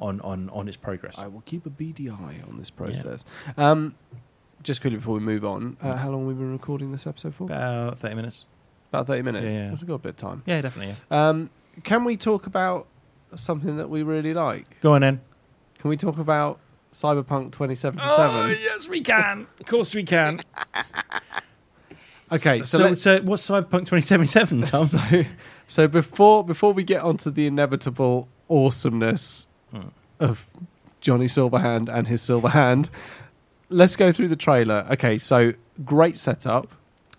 Speaker 2: on on on its progress.
Speaker 3: I will keep a beady eye on this process. Um, just quickly before we move on, uh, how long have we been recording this episode for?
Speaker 2: Mm. About thirty minutes.
Speaker 3: About 30 minutes.
Speaker 2: Yeah.
Speaker 3: Well, We've got a bit of time.
Speaker 2: Yeah, definitely. Yeah.
Speaker 3: Um, can we talk about something that we really like?
Speaker 2: Go on then.
Speaker 3: Can we talk about Cyberpunk 2077?
Speaker 2: Oh, yes, we can. of course, we can.
Speaker 3: Okay, so,
Speaker 2: So,
Speaker 3: let's-
Speaker 2: so what's Cyberpunk twenty seventy seven, Tom?
Speaker 3: so so before before we get onto the inevitable awesomeness
Speaker 2: Hmm.
Speaker 3: of Johnny Silverhand and his silver hand, let's go through the trailer. Okay, so great setup,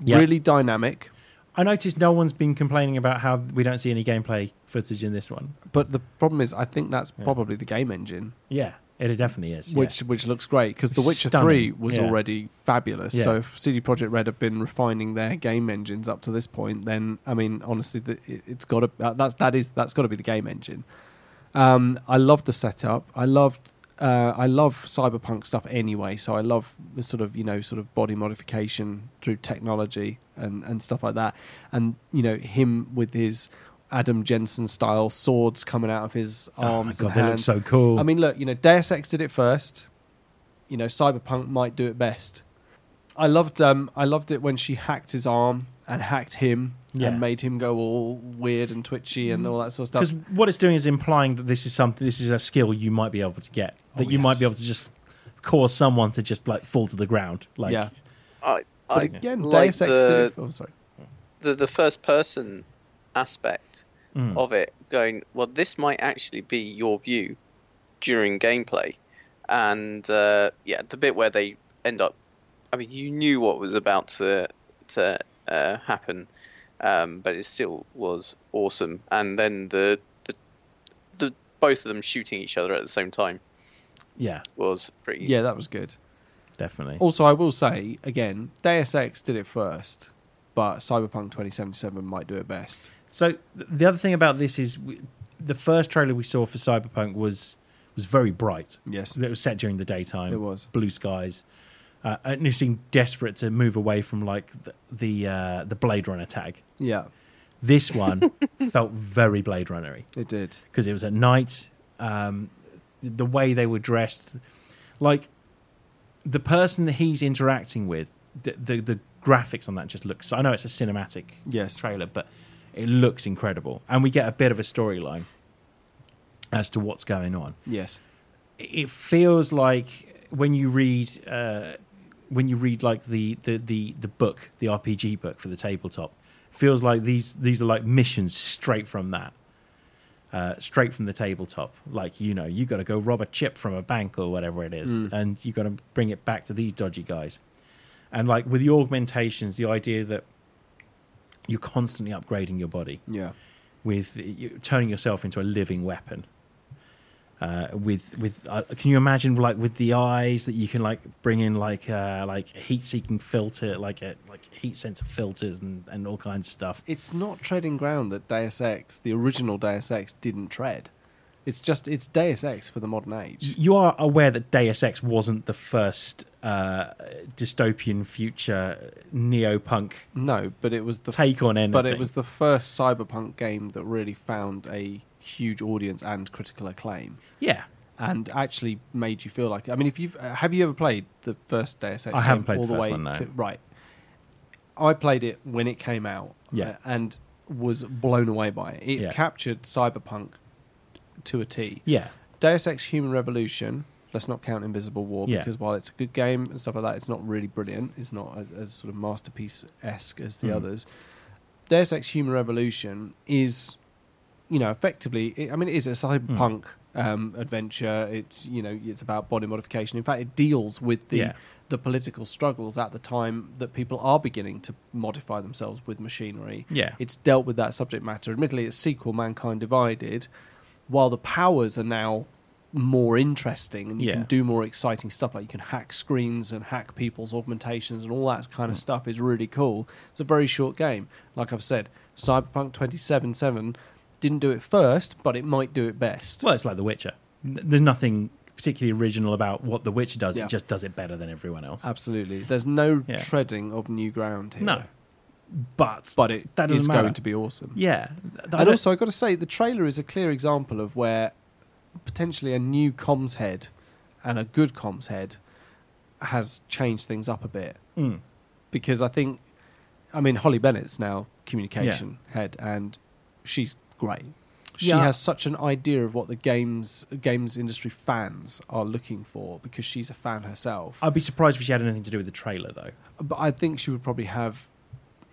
Speaker 2: Yeah.
Speaker 3: really dynamic,
Speaker 2: I noticed no one's been complaining about how we don't see any gameplay footage in this one.
Speaker 3: but the problem is I think that's
Speaker 2: Yeah.
Speaker 3: probably the game engine,
Speaker 2: Yeah, it definitely is. yeah.
Speaker 3: which which looks great because The Witcher
Speaker 2: Stunning,
Speaker 3: 3 was
Speaker 2: yeah.
Speaker 3: already fabulous.
Speaker 2: Yeah.
Speaker 3: So if CD Projekt Red have been refining their game engines up to this point, then I mean honestly the, it, it's got to that's that is that's got to be the game engine. Um, I loved the setup. I loved. Uh, I love cyberpunk stuff anyway, so I love the sort of you know sort of body modification through technology and, and stuff like that. And you know him with his Adam Jensen style swords coming out of his
Speaker 2: oh my
Speaker 3: arms.
Speaker 2: god,
Speaker 3: and
Speaker 2: they look
Speaker 3: hands.
Speaker 2: so cool.
Speaker 3: I mean, look, you know, Deus Ex did it first. You know, Cyberpunk might do it best. I loved, um, I loved it when she hacked his arm and hacked him
Speaker 2: Yeah.
Speaker 3: and made him go all weird and twitchy and all that sort of
Speaker 2: because
Speaker 3: stuff.
Speaker 2: what it's doing is implying that this is something, this is a skill you might be able to get, that
Speaker 3: Oh,
Speaker 2: you might
Speaker 3: yes.
Speaker 2: be able to just cause someone to just like fall to the ground. Like,
Speaker 3: yeah,
Speaker 1: I,
Speaker 3: but
Speaker 1: I
Speaker 3: again,
Speaker 1: like
Speaker 3: Deus Ex did
Speaker 1: the-
Speaker 3: it. Oh, sorry.
Speaker 1: the the first person aspect
Speaker 2: Mm.
Speaker 1: of it going well this might actually be your view during gameplay and uh, yeah the bit where they end up i mean you knew what was about to to uh, happen um, but it still was awesome and then the, the the both of them shooting each other at the same time
Speaker 2: yeah,
Speaker 1: was pretty
Speaker 3: Yeah, that was good.
Speaker 2: definitely.
Speaker 3: Also, I will say again, Deus Ex did it first, but Cyberpunk 2077 might do it best.
Speaker 2: So th- the other thing about this is we, the first trailer we saw for Cyberpunk was was very bright.
Speaker 3: Yes,
Speaker 2: It was set during the daytime.
Speaker 3: It was.
Speaker 2: blue skies. Uh, and it seemed desperate to move away from like the the, uh, the Blade Runner tag.
Speaker 3: yeah,
Speaker 2: This one felt very Blade Runnery
Speaker 3: it did.
Speaker 2: because it was at night. Um, th- the way they were dressed, like the person that he's interacting with, the, the the graphics on that just looks. I know it's a cinematic
Speaker 3: Yes,
Speaker 2: trailer, but it looks incredible, and we get a bit of a storyline as to what's going on
Speaker 3: yes,
Speaker 2: it feels like when you read uh, when you read like the, the the the book the RPG book for the tabletop feels like these these are like missions straight from that uh, straight from the tabletop like you know you got to go rob a chip from a bank or whatever it is
Speaker 3: Mm.
Speaker 2: and you got to bring it back to these dodgy guys and like with the augmentations the idea that you're constantly upgrading your body
Speaker 3: Yeah.
Speaker 2: with you, turning yourself into a living weapon. Uh, with with uh, can you imagine like with the eyes that you can like bring in like uh, like heat seeking filter like a, like heat sensor filters and, and all kinds of stuff.
Speaker 3: It's not treading ground that Deus Ex, the original Deus Ex, didn't tread. It's just it's Deus Ex for the modern age.
Speaker 2: You are aware that Deus Ex wasn't the first uh, dystopian future neopunk
Speaker 3: No, but it was the
Speaker 2: take on anything.
Speaker 3: but it was the first cyberpunk game that really found a huge audience and critical acclaim,
Speaker 2: yeah.
Speaker 3: and actually made you feel like. I mean, if you've uh, have you ever played the first Deus Ex?
Speaker 2: I haven't
Speaker 3: game
Speaker 2: played the
Speaker 3: all
Speaker 2: first
Speaker 3: way
Speaker 2: one, no.
Speaker 3: to- right. I played it when it came out,
Speaker 2: Yeah.
Speaker 3: uh, and was blown away by it. It
Speaker 2: Yeah.
Speaker 3: captured cyberpunk to a T.
Speaker 2: Yeah.
Speaker 3: Deus Ex Human Revolution. Let's not count Invisible War
Speaker 2: Yeah.
Speaker 3: because while it's a good game and stuff like that, it's not really brilliant. It's not as, as sort of masterpiece esque as the
Speaker 2: Mm.
Speaker 3: others. Deus Ex Human Revolution is, you know, effectively. It, I mean, it is a cyberpunk
Speaker 2: Hmm.
Speaker 3: um, adventure. It's you know, it's about body modification. In fact, it deals with the
Speaker 2: Yeah.
Speaker 3: the political struggles at the time that people are beginning to modify themselves with machinery
Speaker 2: Yeah.
Speaker 3: it's dealt with that subject matter. Admittedly, its sequel, Mankind Divided, while the powers are now more interesting and you can
Speaker 2: Yeah.
Speaker 3: do more exciting stuff, like you can hack screens and hack people's augmentations and all that
Speaker 2: Mm.
Speaker 3: kind of stuff, is really cool. It's a very short game. Like I've said, Cyberpunk 2077 didn't do it first, but it might do it best.
Speaker 2: Well, it's like The Witcher. N- There's nothing particularly original about what The Witcher does.
Speaker 3: Yeah.
Speaker 2: It just does it better than everyone else.
Speaker 3: Absolutely. There's no
Speaker 2: Yeah.
Speaker 3: treading of new ground here.
Speaker 2: No, but
Speaker 3: But it
Speaker 2: That doesn't
Speaker 3: is
Speaker 2: matter.
Speaker 3: going to be awesome.
Speaker 2: yeah, Th- I
Speaker 3: and
Speaker 2: don't-
Speaker 3: also, I've got to say, the trailer is a clear example of where potentially a new comms head and a good comms head has changed things up a bit.
Speaker 2: Mm.
Speaker 3: Because I think, I mean, Holly Bennett's now communication head, and she's great. She
Speaker 2: Yeah.
Speaker 3: has such an idea of what the games games industry fans are looking for because she's a fan herself.
Speaker 2: I'd be surprised if she had anything to do with the trailer though.
Speaker 3: but I think she would probably have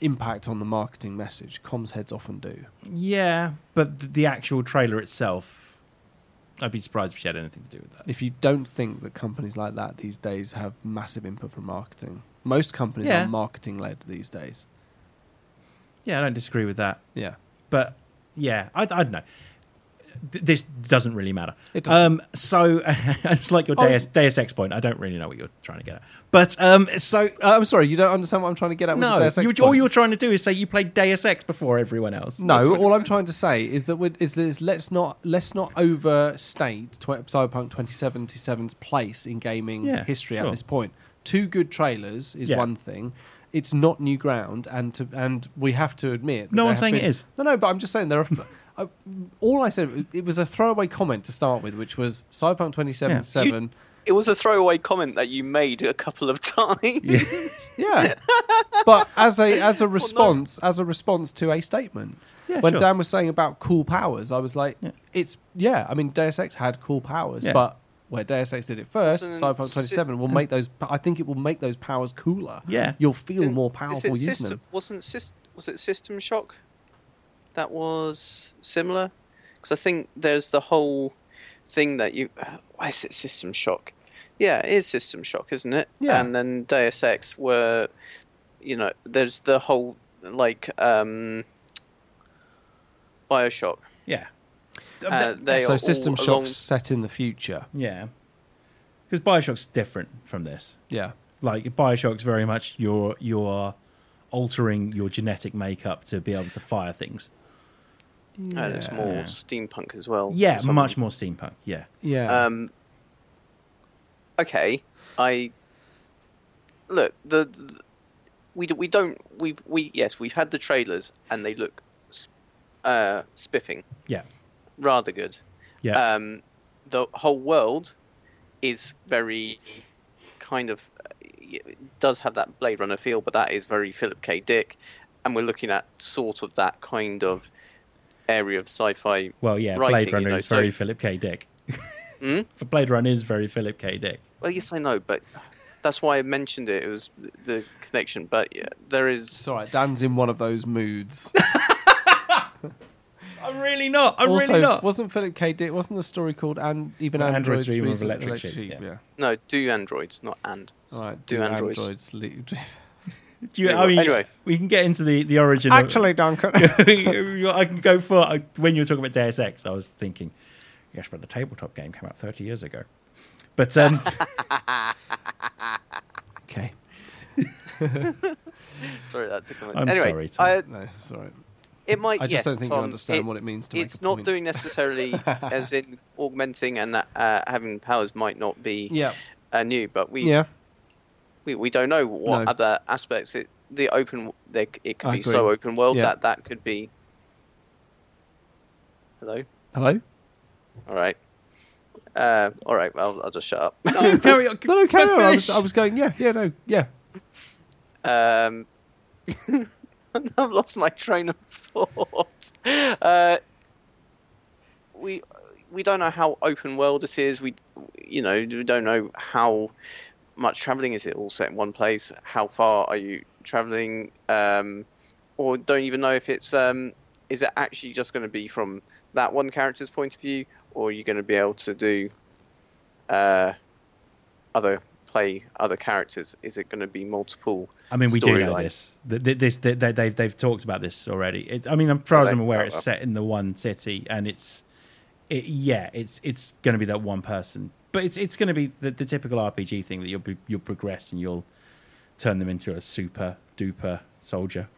Speaker 3: impact on the marketing message. Comms heads often do.
Speaker 2: Yeah, but th- the actual trailer itself, I'd be surprised if she had anything to do with that.
Speaker 3: if you don't think that companies like that these days have massive input from marketing, most companies
Speaker 2: Yeah.
Speaker 3: are marketing led these days.
Speaker 2: Yeah, I don't disagree with that.
Speaker 3: Yeah,
Speaker 2: But yeah, I, I don't know. D- This doesn't really matter.
Speaker 3: It doesn't.
Speaker 2: Um, so it's like your
Speaker 3: Oh.
Speaker 2: Deus, Deus Ex point. I don't really know what you're trying to get at. But um, so
Speaker 3: Uh, I'm sorry, you don't understand what I'm trying to get at.
Speaker 2: no,
Speaker 3: with the Deus Ex
Speaker 2: you,
Speaker 3: point.
Speaker 2: all you're trying to do is say you played Deus Ex before everyone else. That's
Speaker 3: no,
Speaker 2: what-
Speaker 3: all I'm trying to say is that we're, is this, let's not let's not overstate tw- Cyberpunk 2077's place in gaming
Speaker 2: Yeah,
Speaker 3: history at
Speaker 2: sure.
Speaker 3: this point. Two good trailers is
Speaker 2: Yeah.
Speaker 3: one thing. It's not new ground, and to, and we have to admit. that
Speaker 2: No
Speaker 3: there
Speaker 2: one's
Speaker 3: have
Speaker 2: saying it
Speaker 3: been-
Speaker 2: is.
Speaker 3: No, no, but I'm just saying there are. I, all I said it was a throwaway comment to start with, which was Cyberpunk 2077.
Speaker 1: It was a throwaway comment that you made a couple of times.
Speaker 3: Yeah, but as a as a response as a response to a statement.
Speaker 2: Yeah,
Speaker 3: when
Speaker 2: sure.
Speaker 3: Dan was saying about cool powers, I was like,
Speaker 2: Yeah.
Speaker 3: it's yeah. I mean, Deus Ex had cool powers,
Speaker 2: Yeah.
Speaker 3: but where Deus Ex did it first,
Speaker 1: Wasn't
Speaker 3: Cyberpunk
Speaker 1: Si-
Speaker 3: Twenty Seven will make those. I think it will make those powers cooler.
Speaker 2: Yeah.
Speaker 3: you'll feel
Speaker 1: Didn't-
Speaker 3: more
Speaker 1: is it
Speaker 3: powerful using
Speaker 1: system,
Speaker 3: them.
Speaker 1: Wasn't sys- was it System Shock? That was similar, because I think there's the whole thing that you. Why is it System Shock? Yeah, it is System Shock, isn't it?
Speaker 3: Yeah.
Speaker 1: And then Deus Ex were, you know, there's the whole like um Bioshock.
Speaker 2: yeah,
Speaker 1: Uh, they
Speaker 3: so
Speaker 1: are
Speaker 3: System
Speaker 1: all
Speaker 3: Shock's
Speaker 1: along-
Speaker 3: set in the future.
Speaker 2: yeah. Because Bioshock's different from this.
Speaker 3: Yeah,
Speaker 2: like Bioshock's very much you're you're altering your genetic makeup to be able to fire things.
Speaker 1: And it's more
Speaker 2: Yeah.
Speaker 1: steampunk as well.
Speaker 2: Yeah,
Speaker 1: Some-
Speaker 2: much more steampunk. Yeah,
Speaker 3: yeah.
Speaker 1: Um, okay, I look the, the we d- we don't we've we yes we've had the trailers and they look s- uh, spiffing
Speaker 2: yeah,
Speaker 1: rather good.
Speaker 2: yeah.
Speaker 1: Um, the whole world is very kind of it does have that Blade Runner feel, but that is very Philip K. Dick, and we're looking at sort of that kind of area of sci-fi.
Speaker 2: well, yeah.
Speaker 1: writing,
Speaker 2: Blade
Speaker 1: you
Speaker 2: Runner
Speaker 1: know,
Speaker 2: is very
Speaker 1: so-
Speaker 2: Philip K. Dick.
Speaker 1: Hmm?
Speaker 2: For Blade Runner is very Philip K. Dick.
Speaker 1: Well, yes, I know, but that's why I mentioned it. It was th- the connection, but yeah, there is.
Speaker 3: it's all right. Dan's in one of those moods.
Speaker 2: I'm really not. I'm
Speaker 3: also,
Speaker 2: really not.
Speaker 3: wasn't Philip K. Dick? Wasn't the story called and even
Speaker 2: Well, Androids
Speaker 3: Androids
Speaker 2: Dream of
Speaker 3: Reason-
Speaker 2: Electric Sheep, yeah.
Speaker 1: No, do androids, not and.
Speaker 3: Oh. All right, do,
Speaker 1: Do
Speaker 3: androids,
Speaker 1: androids.
Speaker 3: leave.
Speaker 2: Do you, I mean,
Speaker 1: Anyway.
Speaker 2: we can get into the the origin. of-
Speaker 3: Actually, Duncan.
Speaker 2: I can go for I- when you were talking about Deus Ex. I was thinking, yes, but the tabletop game came out thirty years ago. But um,
Speaker 3: okay.
Speaker 1: Sorry, that took a minute.
Speaker 2: I'm
Speaker 1: anyway,
Speaker 2: sorry, Tom.
Speaker 1: I,
Speaker 3: No, it's all right.
Speaker 1: it might.
Speaker 3: I just
Speaker 1: yes,
Speaker 3: don't think you
Speaker 1: Tom,
Speaker 3: understand what it means to make
Speaker 1: It's
Speaker 3: a
Speaker 1: not
Speaker 3: point.
Speaker 1: doing necessarily as in augmenting and that uh, having powers might not be
Speaker 3: Yeah.
Speaker 1: uh, new, but we
Speaker 3: Yeah.
Speaker 1: we, we don't know what
Speaker 3: No.
Speaker 1: other aspects it the open they, it could
Speaker 3: I
Speaker 1: be
Speaker 3: agree.
Speaker 1: so open world
Speaker 3: Yeah.
Speaker 1: that that could be. Hello.
Speaker 3: Hello?
Speaker 1: All right. Uh, all right. Well, I'll just shut up.
Speaker 2: no, carry on.
Speaker 3: Oh, No, no, carry on. I was,
Speaker 2: Finish.
Speaker 3: I was going, yeah, yeah, no, yeah.
Speaker 1: Um, I've lost my train of thought. Uh, we we don't know how open world it is. We you know we don't know how much traveling is it all set in one place. How far are you traveling? Um, or don't even know if it's um, is it actually just going to be from that one character's point of view, or are you going to be able to do uh, other play other characters? Is it going to be multiple?
Speaker 2: I mean, we do know
Speaker 1: storyline.
Speaker 2: this. Th- th- This th- they- they've they've talked about this already. It, I mean, as far as
Speaker 1: they?
Speaker 2: I'm aware,
Speaker 1: Oh,
Speaker 2: it's
Speaker 1: well.
Speaker 2: set in the one city, and it's it, yeah, it's it's going to be that one person, but it's it's going to be the, the typical RPG thing that you'll be, you'll progress and you'll turn them into a super duper soldier.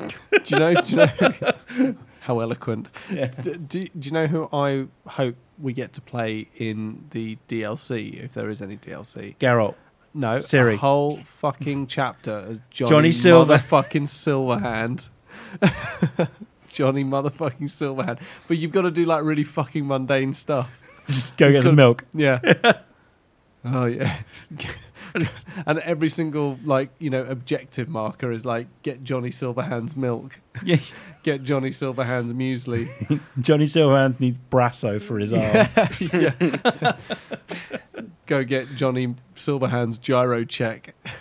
Speaker 3: Do you know? Do you know how eloquent? Do, do, do you know who I hope we get to play in the DLC, if there is any DLC?
Speaker 2: Geralt,
Speaker 3: No,
Speaker 2: Siri.
Speaker 3: a whole fucking chapter as Johnny,
Speaker 2: Johnny Silver.
Speaker 3: fucking Silverhand. Johnny motherfucking Silverhand. But you've got to do like really fucking mundane stuff.
Speaker 2: just go
Speaker 3: It's
Speaker 2: get the
Speaker 3: gonna-
Speaker 2: milk.
Speaker 3: Yeah. oh yeah. and every single like you know objective marker is like get Johnny Silverhand's milk,
Speaker 2: Yeah,
Speaker 3: get Johnny Silverhand's muesli.
Speaker 2: Johnny Silverhand needs Brasso for his arm.
Speaker 3: Go get Johnny Silverhand's gyro check.
Speaker 2: Th-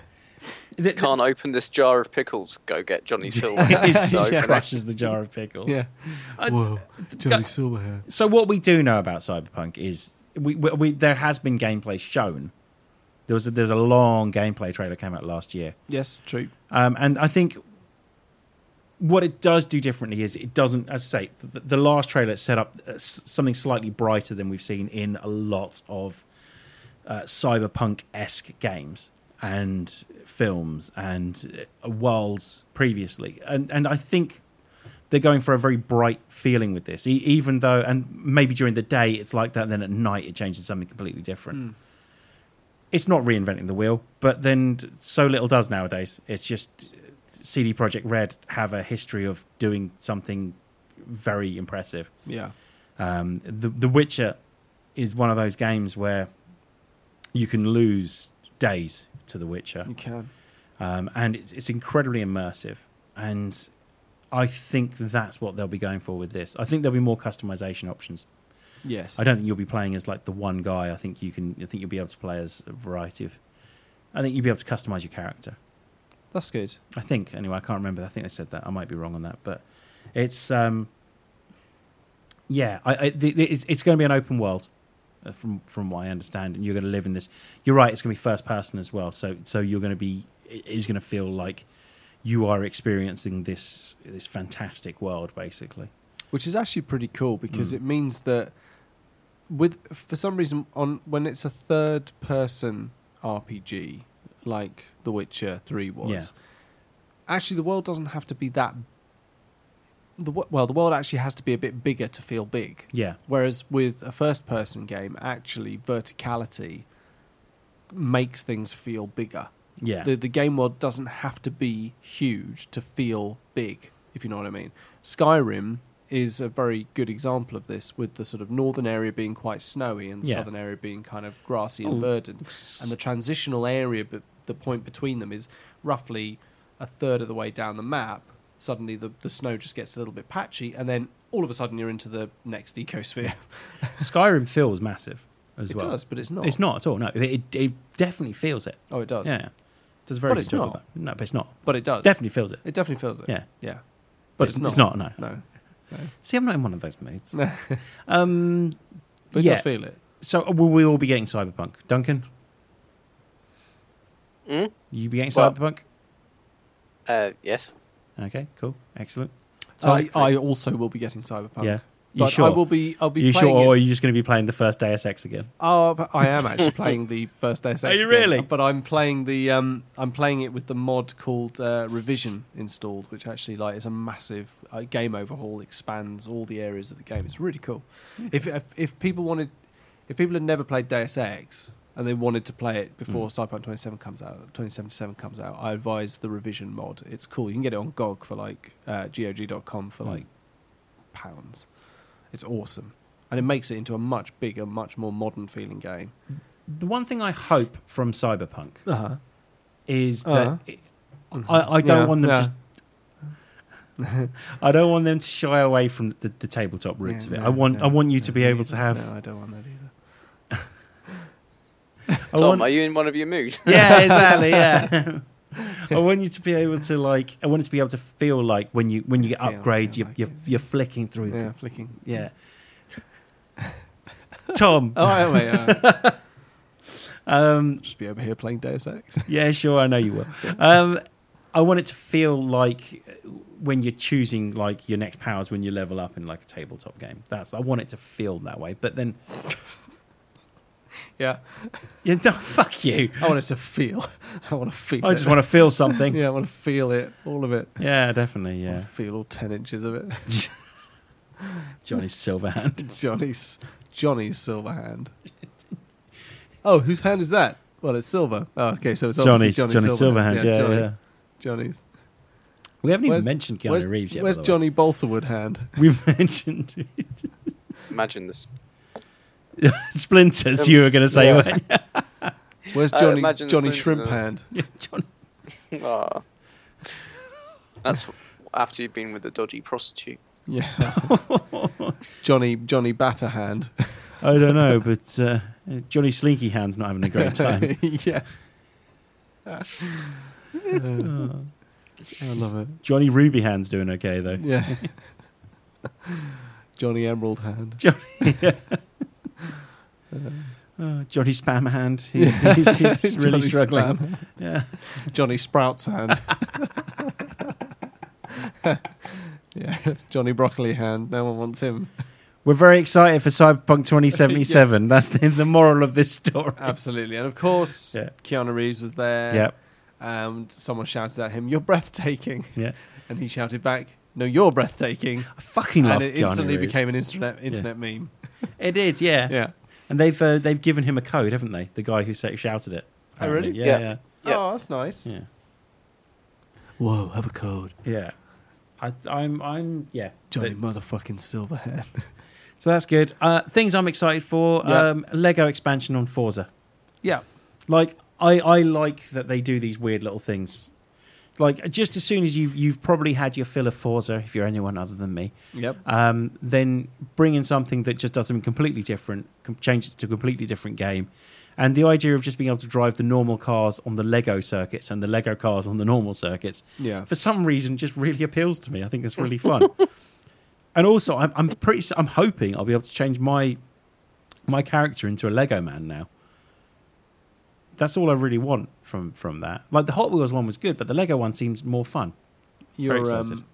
Speaker 2: th-
Speaker 1: can't open this jar of pickles, go get Johnny Silver.
Speaker 2: he just
Speaker 1: So-
Speaker 2: crushes the jar of pickles.
Speaker 3: Yeah.
Speaker 2: I-
Speaker 3: Whoa,
Speaker 2: Johnny go-
Speaker 3: Silverhand.
Speaker 2: So what we do know about Cyberpunk is we, we, we there has been gameplay shown. There was a, there's a long gameplay trailer came out last year,
Speaker 3: Yes, true.
Speaker 2: um, and I think what it does do differently is it doesn't, as I say, the, the last trailer set up uh, s- something slightly brighter than we've seen in a lot of uh, cyberpunk esque games and films and uh, worlds previously, and and I think they're going for a very bright feeling with this, e- even though, and maybe during the day it's like that, and then at night it changes something completely different. It's not reinventing the wheel, but then so little does nowadays. It's just CD Projekt Red have a history of doing something very impressive.
Speaker 3: Yeah.
Speaker 2: Um, the The Witcher is one of those games where you can lose days to The Witcher
Speaker 3: You can.
Speaker 2: um, and it's, it's incredibly immersive. And I think that's what they'll be going for with this. I think there'll be more customization options.
Speaker 3: Yes.
Speaker 2: I don't think you'll be playing as like the one guy. I think you can. I think you'll be able to play as a variety of. I think you'll be able to customize your character.
Speaker 3: That's good.
Speaker 2: I think anyway. I can't remember. I think they said that. I might be wrong on that, but it's um. Yeah, I, I, the, the, it's, it's going to be an open world, uh, from from what I understand, and you're going to live in this. You're right. It's going to be first person as well, so so you're going to be it is going to feel like you are experiencing this this fantastic world, basically.
Speaker 3: Which is actually pretty cool because
Speaker 2: Mm.
Speaker 3: it means that with for some reason on when it's a third person RPG like The Witcher 3 was.
Speaker 2: Yeah.
Speaker 3: Actually the world doesn't have to be that the wo- well the world actually has to be a bit bigger to feel big.
Speaker 2: Yeah,
Speaker 3: Whereas with a first person game actually verticality makes things feel bigger.
Speaker 2: yeah,
Speaker 3: the the game world doesn't have to be huge to feel big, if you know what I mean. Skyrim is a very good example of this, with the sort of northern area being quite snowy and the
Speaker 2: Yeah.
Speaker 3: southern area being kind of grassy and
Speaker 2: Oh.
Speaker 3: verdant, and the transitional area, but the point between them is roughly a third of the way down the map. Suddenly, the the snow just gets a little bit patchy, and then all of a sudden, you're into the next ecosphere.
Speaker 2: Skyrim feels massive as
Speaker 3: it
Speaker 2: well.
Speaker 3: does, but it's not.
Speaker 2: It's not at all. No, it it, it definitely feels it.
Speaker 3: Oh, it does.
Speaker 2: Yeah, yeah. does a very
Speaker 3: But
Speaker 2: good
Speaker 3: it's
Speaker 2: job of
Speaker 3: not.
Speaker 2: that. No, but it's not.
Speaker 3: But it does.
Speaker 2: Definitely feels it.
Speaker 3: It definitely feels it.
Speaker 2: Yeah.
Speaker 3: Yeah.
Speaker 2: But it's, it's not. No.
Speaker 3: No.
Speaker 2: See, I'm not in one of those moods. um,
Speaker 3: But it
Speaker 2: yeah.
Speaker 3: does feel it.
Speaker 2: so uh, will we all be getting Cyberpunk, Duncan?
Speaker 1: Mm?
Speaker 2: You be getting
Speaker 1: Well-
Speaker 2: Cyberpunk?
Speaker 1: Uh, yes.
Speaker 2: Okay, cool, excellent.
Speaker 3: I, I also will be getting Cyberpunk.
Speaker 2: Yeah. You
Speaker 3: But
Speaker 2: sure?
Speaker 3: I will be. I'll be
Speaker 2: you sure, Oh.
Speaker 3: playing
Speaker 2: or are
Speaker 3: it.
Speaker 2: you just going to be playing the first Deus Ex again?
Speaker 3: Oh, but I am actually playing the first Deus Ex.
Speaker 2: Are you
Speaker 3: game,
Speaker 2: really?
Speaker 3: but I'm playing the. Um, I'm playing it with the mod called uh, Revision installed, which actually like is a massive uh, game overhaul. Expands all the areas of the game. It's really cool. If, if if people wanted, if people had never played Deus Ex and they wanted to play it before
Speaker 2: Mm.
Speaker 3: Cyberpunk 27 comes out, 2077 comes out, I advise the Revision mod. It's cool. You can get it on GOG for like uh, GOG.com for
Speaker 2: Mm.
Speaker 3: like pounds. It's awesome. And it makes it into a much bigger, much more modern feeling game.
Speaker 2: The one thing I hope from Cyberpunk
Speaker 3: Uh-huh.
Speaker 2: is
Speaker 3: Uh-huh.
Speaker 2: that it- I, I don't
Speaker 3: Yeah,
Speaker 2: want them
Speaker 3: yeah.
Speaker 2: to. I don't want them to shy away from the, the tabletop roots of it. I want I want you to be able to have.
Speaker 3: No, I don't want that either.
Speaker 2: I
Speaker 1: Tom,
Speaker 2: want-
Speaker 1: are you in one of your moods?
Speaker 2: yeah, exactly. Yeah. I want you to be able to like. I want it to be able to feel like when you when you get
Speaker 3: Feel,
Speaker 2: upgrades,
Speaker 3: yeah,
Speaker 2: you're,
Speaker 3: like
Speaker 2: you're
Speaker 3: it's-
Speaker 2: you're flicking through.
Speaker 3: Yeah,
Speaker 2: them.
Speaker 3: flicking.
Speaker 2: yeah. Tom,
Speaker 3: Oh, yeah, wait, uh,
Speaker 2: um,
Speaker 3: just be over here playing Deus Ex.
Speaker 2: yeah, sure, I know you will. Um, I want it to feel like when you're choosing like your next powers when you level up in like a tabletop game. That's I want it to feel that way. But then,
Speaker 3: yeah.
Speaker 2: you know, fuck you.
Speaker 3: I want it to feel. I want to feel
Speaker 2: I
Speaker 3: it.
Speaker 2: just want to feel something.
Speaker 3: Yeah, I want to feel it. All of it.
Speaker 2: Yeah, definitely.
Speaker 3: I
Speaker 2: Yeah,
Speaker 3: want to feel all 10 inches of it.
Speaker 2: Johnny Silverhand.
Speaker 3: Johnny's Johnny's silver hand. Oh, whose hand is that? Well, it's silver. Oh, okay, so it's obviously
Speaker 2: Johnny's,
Speaker 3: Johnny's,
Speaker 2: Johnny
Speaker 3: silver
Speaker 2: Silverhand.
Speaker 3: hand.
Speaker 2: yeah,
Speaker 3: Johnny,
Speaker 2: yeah.
Speaker 3: Johnny's.
Speaker 2: We haven't
Speaker 3: Where's-
Speaker 2: even mentioned Keanu
Speaker 3: where's
Speaker 2: Reeves yet. by
Speaker 3: where's
Speaker 2: the way.
Speaker 3: Johnny Balsawood hand?
Speaker 2: We've mentioned
Speaker 1: Imagine this.
Speaker 2: Splinters. You were going to say,
Speaker 3: yeah.
Speaker 2: weren't you?
Speaker 3: Where's
Speaker 1: I
Speaker 3: Johnny
Speaker 1: imagine
Speaker 3: Johnny
Speaker 1: Splinter's
Speaker 3: Shrimp
Speaker 1: a-
Speaker 3: hand?
Speaker 2: Yeah, John-
Speaker 1: Ah. That's after you've been with a dodgy prostitute.
Speaker 3: Yeah. Johnny Johnny Batter hand.
Speaker 2: I don't know, but uh, Johnny Slinky Hand's not having a great time.
Speaker 3: yeah. Uh, I love it.
Speaker 2: Oh. Johnny Ruby Hand's doing okay though.
Speaker 3: Yeah. Johnny Emerald hand.
Speaker 2: Oh, Johnny Spam Hand. He's, he's, he's really
Speaker 3: Johnny
Speaker 2: struggling.
Speaker 3: Spam.
Speaker 2: Yeah.
Speaker 3: Johnny Sprouts hand. yeah, Johnny Broccoli hand. No one wants him.
Speaker 2: We're very excited for Cyberpunk 2077. That's the, the moral of this story.
Speaker 3: Absolutely, and of course,
Speaker 2: Yeah.
Speaker 3: Keanu Reeves was there.
Speaker 2: Yep.
Speaker 3: And someone shouted at him, "You're breathtaking,"
Speaker 2: Yeah.
Speaker 3: and he shouted back, "No, you're breathtaking."
Speaker 2: I fucking love
Speaker 3: and it
Speaker 2: Keanu
Speaker 3: instantly
Speaker 2: Reeves.
Speaker 3: became an internet internet meme.
Speaker 2: It did, yeah.
Speaker 3: Yeah.
Speaker 2: And they've uh, they've given him a code, haven't they? The guy who sa- shouted it.
Speaker 3: Oh, really?
Speaker 2: apparently.
Speaker 1: Yeah.
Speaker 2: yeah. yeah.
Speaker 1: Yeah.
Speaker 3: Oh, that's nice.
Speaker 2: Yeah.
Speaker 3: Whoa, have a code,
Speaker 2: Yeah. I, I'm, I'm, yeah.
Speaker 3: Johnny
Speaker 2: But-
Speaker 3: motherfucking Silverhead.
Speaker 2: So that's good. Uh, things I'm excited for:
Speaker 3: Yeah.
Speaker 2: um, Lego expansion on Forza.
Speaker 3: yeah.
Speaker 2: Like, I, I like that they do these weird little things. Like, just as soon as you've you've probably had your fill of Forza, if you're anyone other than me,
Speaker 3: Yep.
Speaker 2: um, then bring in something that just does something completely different, com- change it to a completely different game. And the idea of just being able to drive the normal cars on the Lego circuits and the Lego cars on the normal circuits
Speaker 3: Yeah.
Speaker 2: for some reason just really appeals to me. I think it's really fun. and also, I'm, I'm pretty. s- I'm hoping I'll be able to change my my character into a Lego man now. That's all I really want from from that. Like the Hot Wheels one was good, but the Lego one seems more fun.
Speaker 3: You're
Speaker 2: excited.
Speaker 3: um,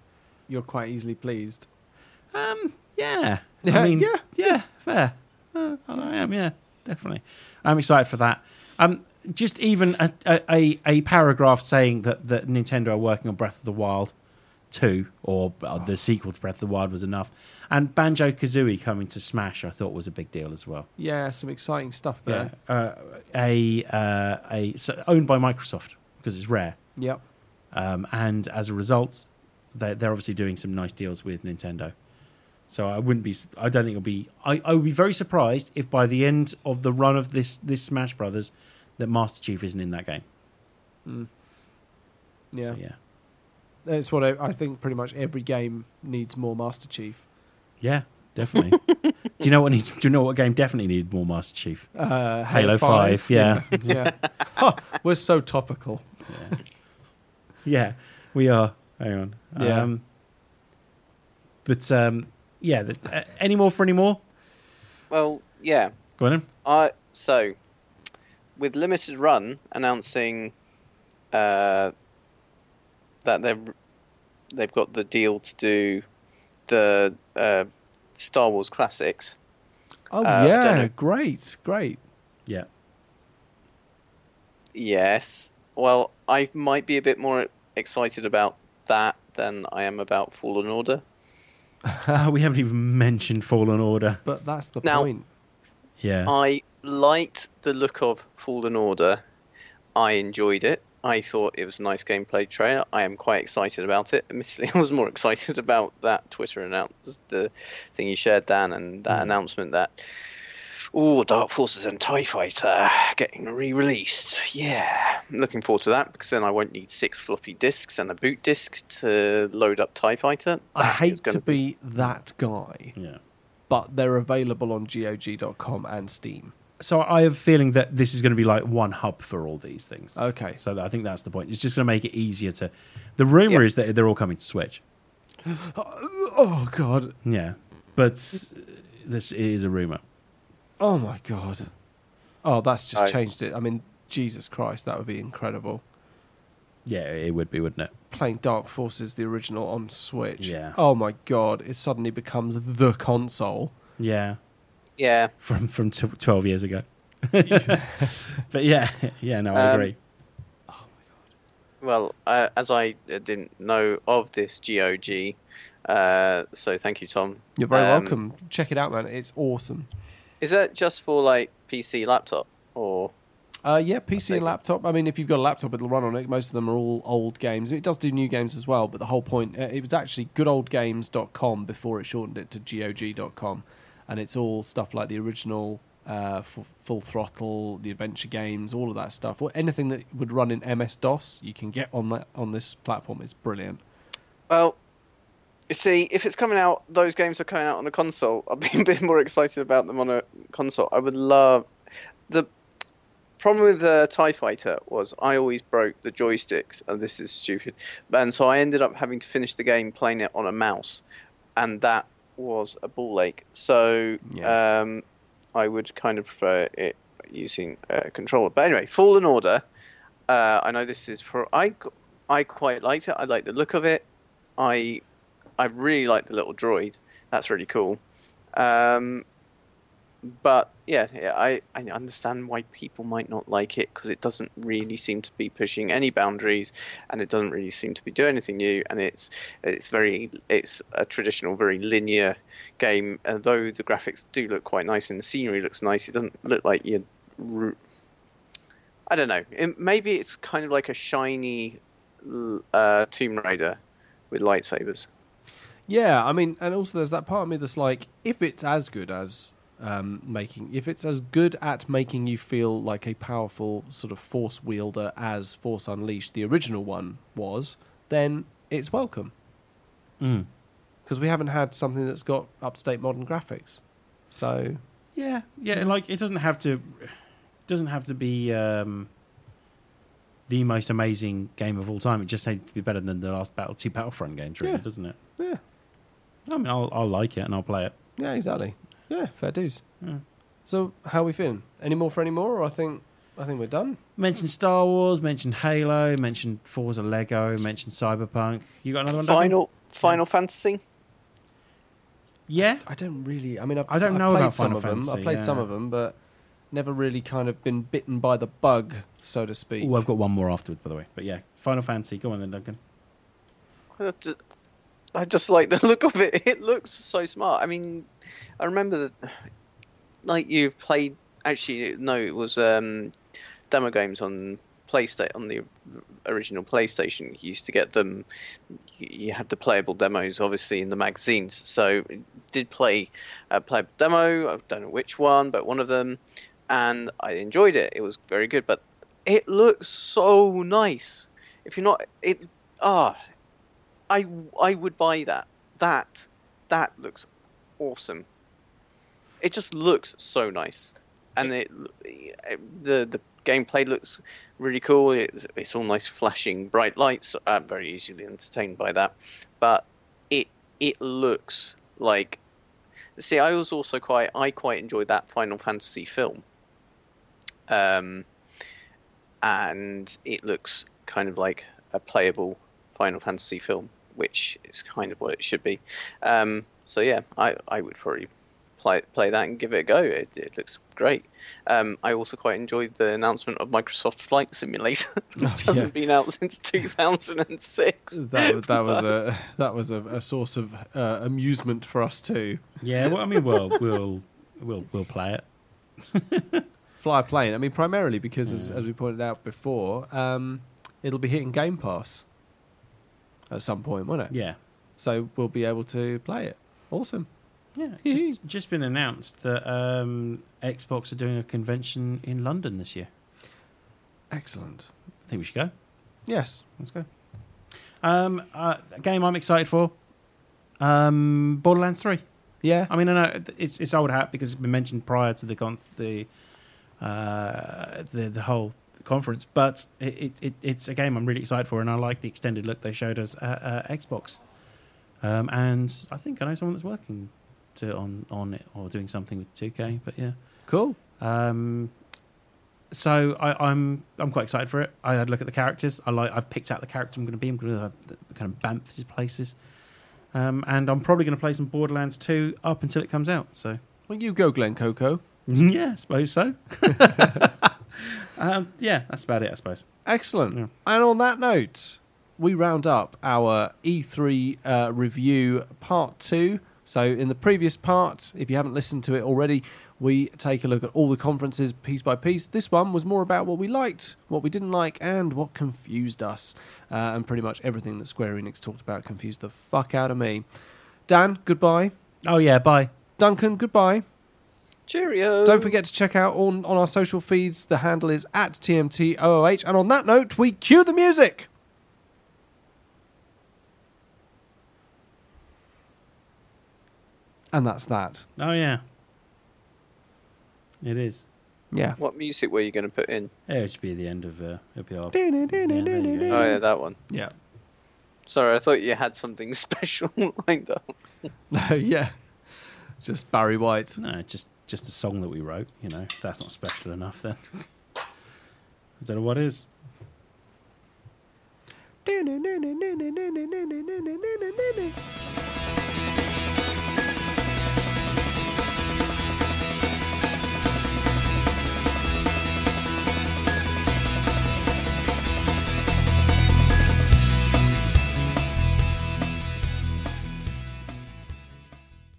Speaker 3: you're quite easily pleased.
Speaker 2: Um, yeah.
Speaker 3: Yeah,
Speaker 2: I mean,
Speaker 3: yeah,
Speaker 2: yeah, fair. Uh, I am, yeah, definitely. I'm excited for that. Um, just even a, a, a, a paragraph saying that, that Nintendo are working on Breath of the Wild 2 or uh, the sequel to Breath of the Wild was enough. And Banjo Kazooie coming to Smash, I thought was a big deal as well.
Speaker 3: Yeah, some exciting stuff
Speaker 2: Yeah.
Speaker 3: there.
Speaker 2: Uh, a uh, a so owned by Microsoft because it's rare.
Speaker 3: Yep.
Speaker 2: Um, and as a result, they're, they're obviously doing some nice deals with Nintendo. So I wouldn't be. I don't think it'll be. I, I would be very surprised if by the end of the run of this this Smash Brothers, that Master Chief isn't in that game.
Speaker 3: Mm. Yeah.
Speaker 2: So, yeah.
Speaker 3: That's what I, I think. Pretty much every game needs more Master Chief.
Speaker 2: Yeah. Definitely. do you know what needs? Do you know what game definitely needed more Master Chief?
Speaker 3: Uh,
Speaker 2: Halo Five. Yeah.
Speaker 3: yeah. Huh, we're so topical.
Speaker 2: yeah. We are. Hang on.
Speaker 3: Yeah.
Speaker 2: Um, but um, yeah. The, uh, any more for any more?
Speaker 1: Well, yeah.
Speaker 2: Go on. Then.
Speaker 1: I so with limited run announcing uh, that they're they've got the deal to do the uh, Star Wars classics.
Speaker 3: Oh
Speaker 1: Uh, I don't
Speaker 3: yeah,
Speaker 1: know.
Speaker 3: great, great.
Speaker 2: Yeah.
Speaker 1: Yes. Well, I might be a bit more excited about that than I am about Fallen Order.
Speaker 2: Ah, we haven't even mentioned Fallen Order.
Speaker 3: But that's the
Speaker 1: Now-
Speaker 3: point.
Speaker 2: Yeah.
Speaker 1: I liked the look of Fallen Order. I enjoyed it. I thought it was a nice gameplay trailer. I am quite excited about it. Admittedly, I was more excited about that Twitter announce the thing you shared, Dan, and that announcement that oh, Dark Forces and Tie Fighter getting re-released. Yeah, I'm looking forward to that because then I won't need six floppy disks and a boot disk to load up Tie Fighter.
Speaker 3: I
Speaker 1: That is
Speaker 3: hate
Speaker 1: gonna
Speaker 3: to be that guy,
Speaker 2: yeah.
Speaker 3: but they're available on GOG.com and Steam.
Speaker 2: So I have a feeling that this is going to be like one hub for all these things.
Speaker 3: Okay.
Speaker 2: So that- I think that's the point. It's just going to make it easier to. The rumor
Speaker 1: Yeah.
Speaker 2: is that they're all coming to Switch.
Speaker 3: Oh god.
Speaker 2: Yeah. But uh, this is a rumor.
Speaker 3: Oh my god. Oh, that's just
Speaker 1: I-
Speaker 3: changed it. I mean, Jesus Christ, that would be incredible.
Speaker 2: Yeah, it would be, wouldn't it?
Speaker 3: Playing Dark Forces the original on Switch.
Speaker 2: Yeah.
Speaker 3: Oh my god, it suddenly becomes the console.
Speaker 2: Yeah.
Speaker 1: yeah.
Speaker 2: From from t- 12 years ago. but yeah, yeah, no, I
Speaker 1: Um,
Speaker 2: agree.
Speaker 1: Well, uh, as I uh, didn't know of this GOG, uh, so thank you, Tom.
Speaker 3: You're very
Speaker 1: Um,
Speaker 3: welcome. Check it out, man. It's awesome.
Speaker 1: Is that just for like PC, laptop, or
Speaker 3: Uh, yeah, PC
Speaker 1: think-
Speaker 3: and laptop. I mean, if you've got a laptop, it'll run on it. Most of them are all old games. It does do new games as well, but the whole point, uh, it was actually goodoldgames.com before it shortened it to GOG.com. And it's all stuff like the original uh, f- Full Throttle, the adventure games, all of that stuff. Or anything that would run in MS DOS, you can get on that on this platform. It's brilliant.
Speaker 1: well? you See, if it's coming out, those games are coming out on a console. I'd be a bit more excited about them on a console. I would love the problem with the Tie Fighter was I always broke the joysticks, and this is stupid. And so I ended up having to finish the game playing it on a mouse, and that was a ball ache. So
Speaker 3: Yeah.
Speaker 1: um, I would kind of prefer it using a controller. But anyway, Fallen Order. Uh, I know this is for I. I quite liked it. I like the look of it. I I really like the little droid. That's really cool. Um, but yeah, yeah I, I understand why people might not like it because it doesn't really seem to be pushing any boundaries, and it doesn't really seem to be doing anything new. And it's it's very it's a traditional, very linear game. And though the graphics do look quite nice and the scenery looks nice, it doesn't look like you're. ru- I don't know. It, maybe it's kind of like a shiny l- uh, Tomb Raider with lightsabers.
Speaker 3: Yeah, I mean, and also there's that part of me that's like, if it's as good as um, making, if it's as good at making you feel like a powerful sort of force wielder as Force Unleashed, the original one was, then it's welcome
Speaker 2: Mm.
Speaker 3: because we haven't had something that's got up-to-date modern graphics. So
Speaker 2: Yeah, yeah, and, like it doesn't have to doesn't have to be um the most amazing game of all time. It just needs to be better than the last battle two Battlefront games, really,
Speaker 3: Yeah.
Speaker 2: doesn't it?
Speaker 3: yeah,
Speaker 2: I mean, I'll I'll like it and I'll play it.
Speaker 3: yeah, exactly. Yeah, fair dues.
Speaker 2: Yeah.
Speaker 3: So how are we feeling? Any more for any more? Or I think I think we're done.
Speaker 2: Mentioned Star Wars, mentioned Halo, mentioned Forza Lego, mentioned Cyberpunk. You got another one? Duncan?
Speaker 1: Final Final Fantasy.
Speaker 2: yeah.
Speaker 3: I don't really. I mean, I've,
Speaker 2: I don't
Speaker 3: I've
Speaker 2: know
Speaker 3: played
Speaker 2: about
Speaker 3: some
Speaker 2: Final
Speaker 3: of them.
Speaker 2: Fantasy,
Speaker 3: I've played some
Speaker 2: yeah.
Speaker 3: of them, but never really kind of been bitten by the bug, so to speak.
Speaker 2: Oh, I've got one more afterward, by the way. But yeah, Final Fantasy. Go on then, Duncan.
Speaker 1: I just- I just like the look of it. It looks so smart. I mean, I remember that, like you played. Actually, no, it was um, demo games on PlayStation on the original PlayStation. You used to get them. You you had the playable demos, obviously, in the magazines. So I did play a playable demo. I don't know which one, but one of them, and I enjoyed it. It was very good, but it looks so nice. If you're not, it ah, I I would buy that. That that looks awesome. It just looks so nice, and it the the gameplay looks really cool. It's it's all nice flashing bright lights. I'm very easily entertained by that, but it it looks like. See, I was also quite I quite enjoyed that Final Fantasy film. Um, and it looks kind of like a playable Final Fantasy film, which is kind of what it should be. Um, so yeah, I, I would probably play play that and give it a go. It, it looks great. Um, I also quite enjoyed the announcement of Microsoft Flight Simulator,
Speaker 3: Oh,
Speaker 1: which hasn't been out since 2006.
Speaker 3: That, that was a that was a, a source of uh, amusement for us too.
Speaker 2: Yeah, well, I mean, we'll we'll we'll we'll play it.
Speaker 3: Fly a plane. I mean, primarily because as, as we pointed out before, um, it'll be hitting Game Pass at some point, won't it?
Speaker 2: Yeah,
Speaker 3: So we'll be able to play it. Awesome.
Speaker 2: yeah. Just, just been announced that um, Xbox are doing a convention in London this year.
Speaker 3: Excellent.
Speaker 2: I think we should go.
Speaker 3: Yes.
Speaker 2: Let's go. Um, uh, a game I'm excited for. Um, Borderlands Three.
Speaker 3: Yeah.
Speaker 2: I mean, I know it's it's old hat because it's been mentioned prior to the con- the, uh, the the whole conference, but it, it, it it's a game I'm really excited for, and I like the extended look they showed us at uh, Xbox. Um, and I think I know someone that's working to on on it or doing something with 2K, but yeah.
Speaker 3: Cool.
Speaker 2: Um, so I, I'm I'm quite excited for it. I had a look at the characters. I like. I've picked out the character I'm going to be. I'm going to have the the kind of Banff places, um, and I'm probably going to play some Borderlands 2 up until it comes out. So
Speaker 3: Well, you go, Glen Coco.
Speaker 2: yeah, I suppose so. um, yeah, that's about it. I suppose.
Speaker 3: Excellent.
Speaker 2: Yeah.
Speaker 3: And on that note, we round up our E3 uh, review part two. So, in the previous part, if you haven't listened to it already, we take a look at all the conferences piece by piece. This one was more about what we liked, what we didn't like, and what confused us. Uh, and pretty much everything that Square Enix talked about confused the fuck out of me. Dan, goodbye.
Speaker 2: Oh yeah, bye.
Speaker 3: Duncan, goodbye.
Speaker 1: Cheerio.
Speaker 3: Don't forget to check out on, on our social feeds. The handle is at TMTOOH. And on that note, we cue the music. And that's that.
Speaker 2: Oh yeah, it is.
Speaker 3: Yeah.
Speaker 1: What music were you going to put in?
Speaker 2: Yeah, it should be the end of uh, it'll be our
Speaker 1: Oh yeah, that one.
Speaker 3: Yeah.
Speaker 1: Sorry, I thought you had something special lined up.
Speaker 3: No, yeah. Just Barry White.
Speaker 2: No, just just a song that we wrote. You know, if that's not special enough, then I don't know what is.
Speaker 3: Bye.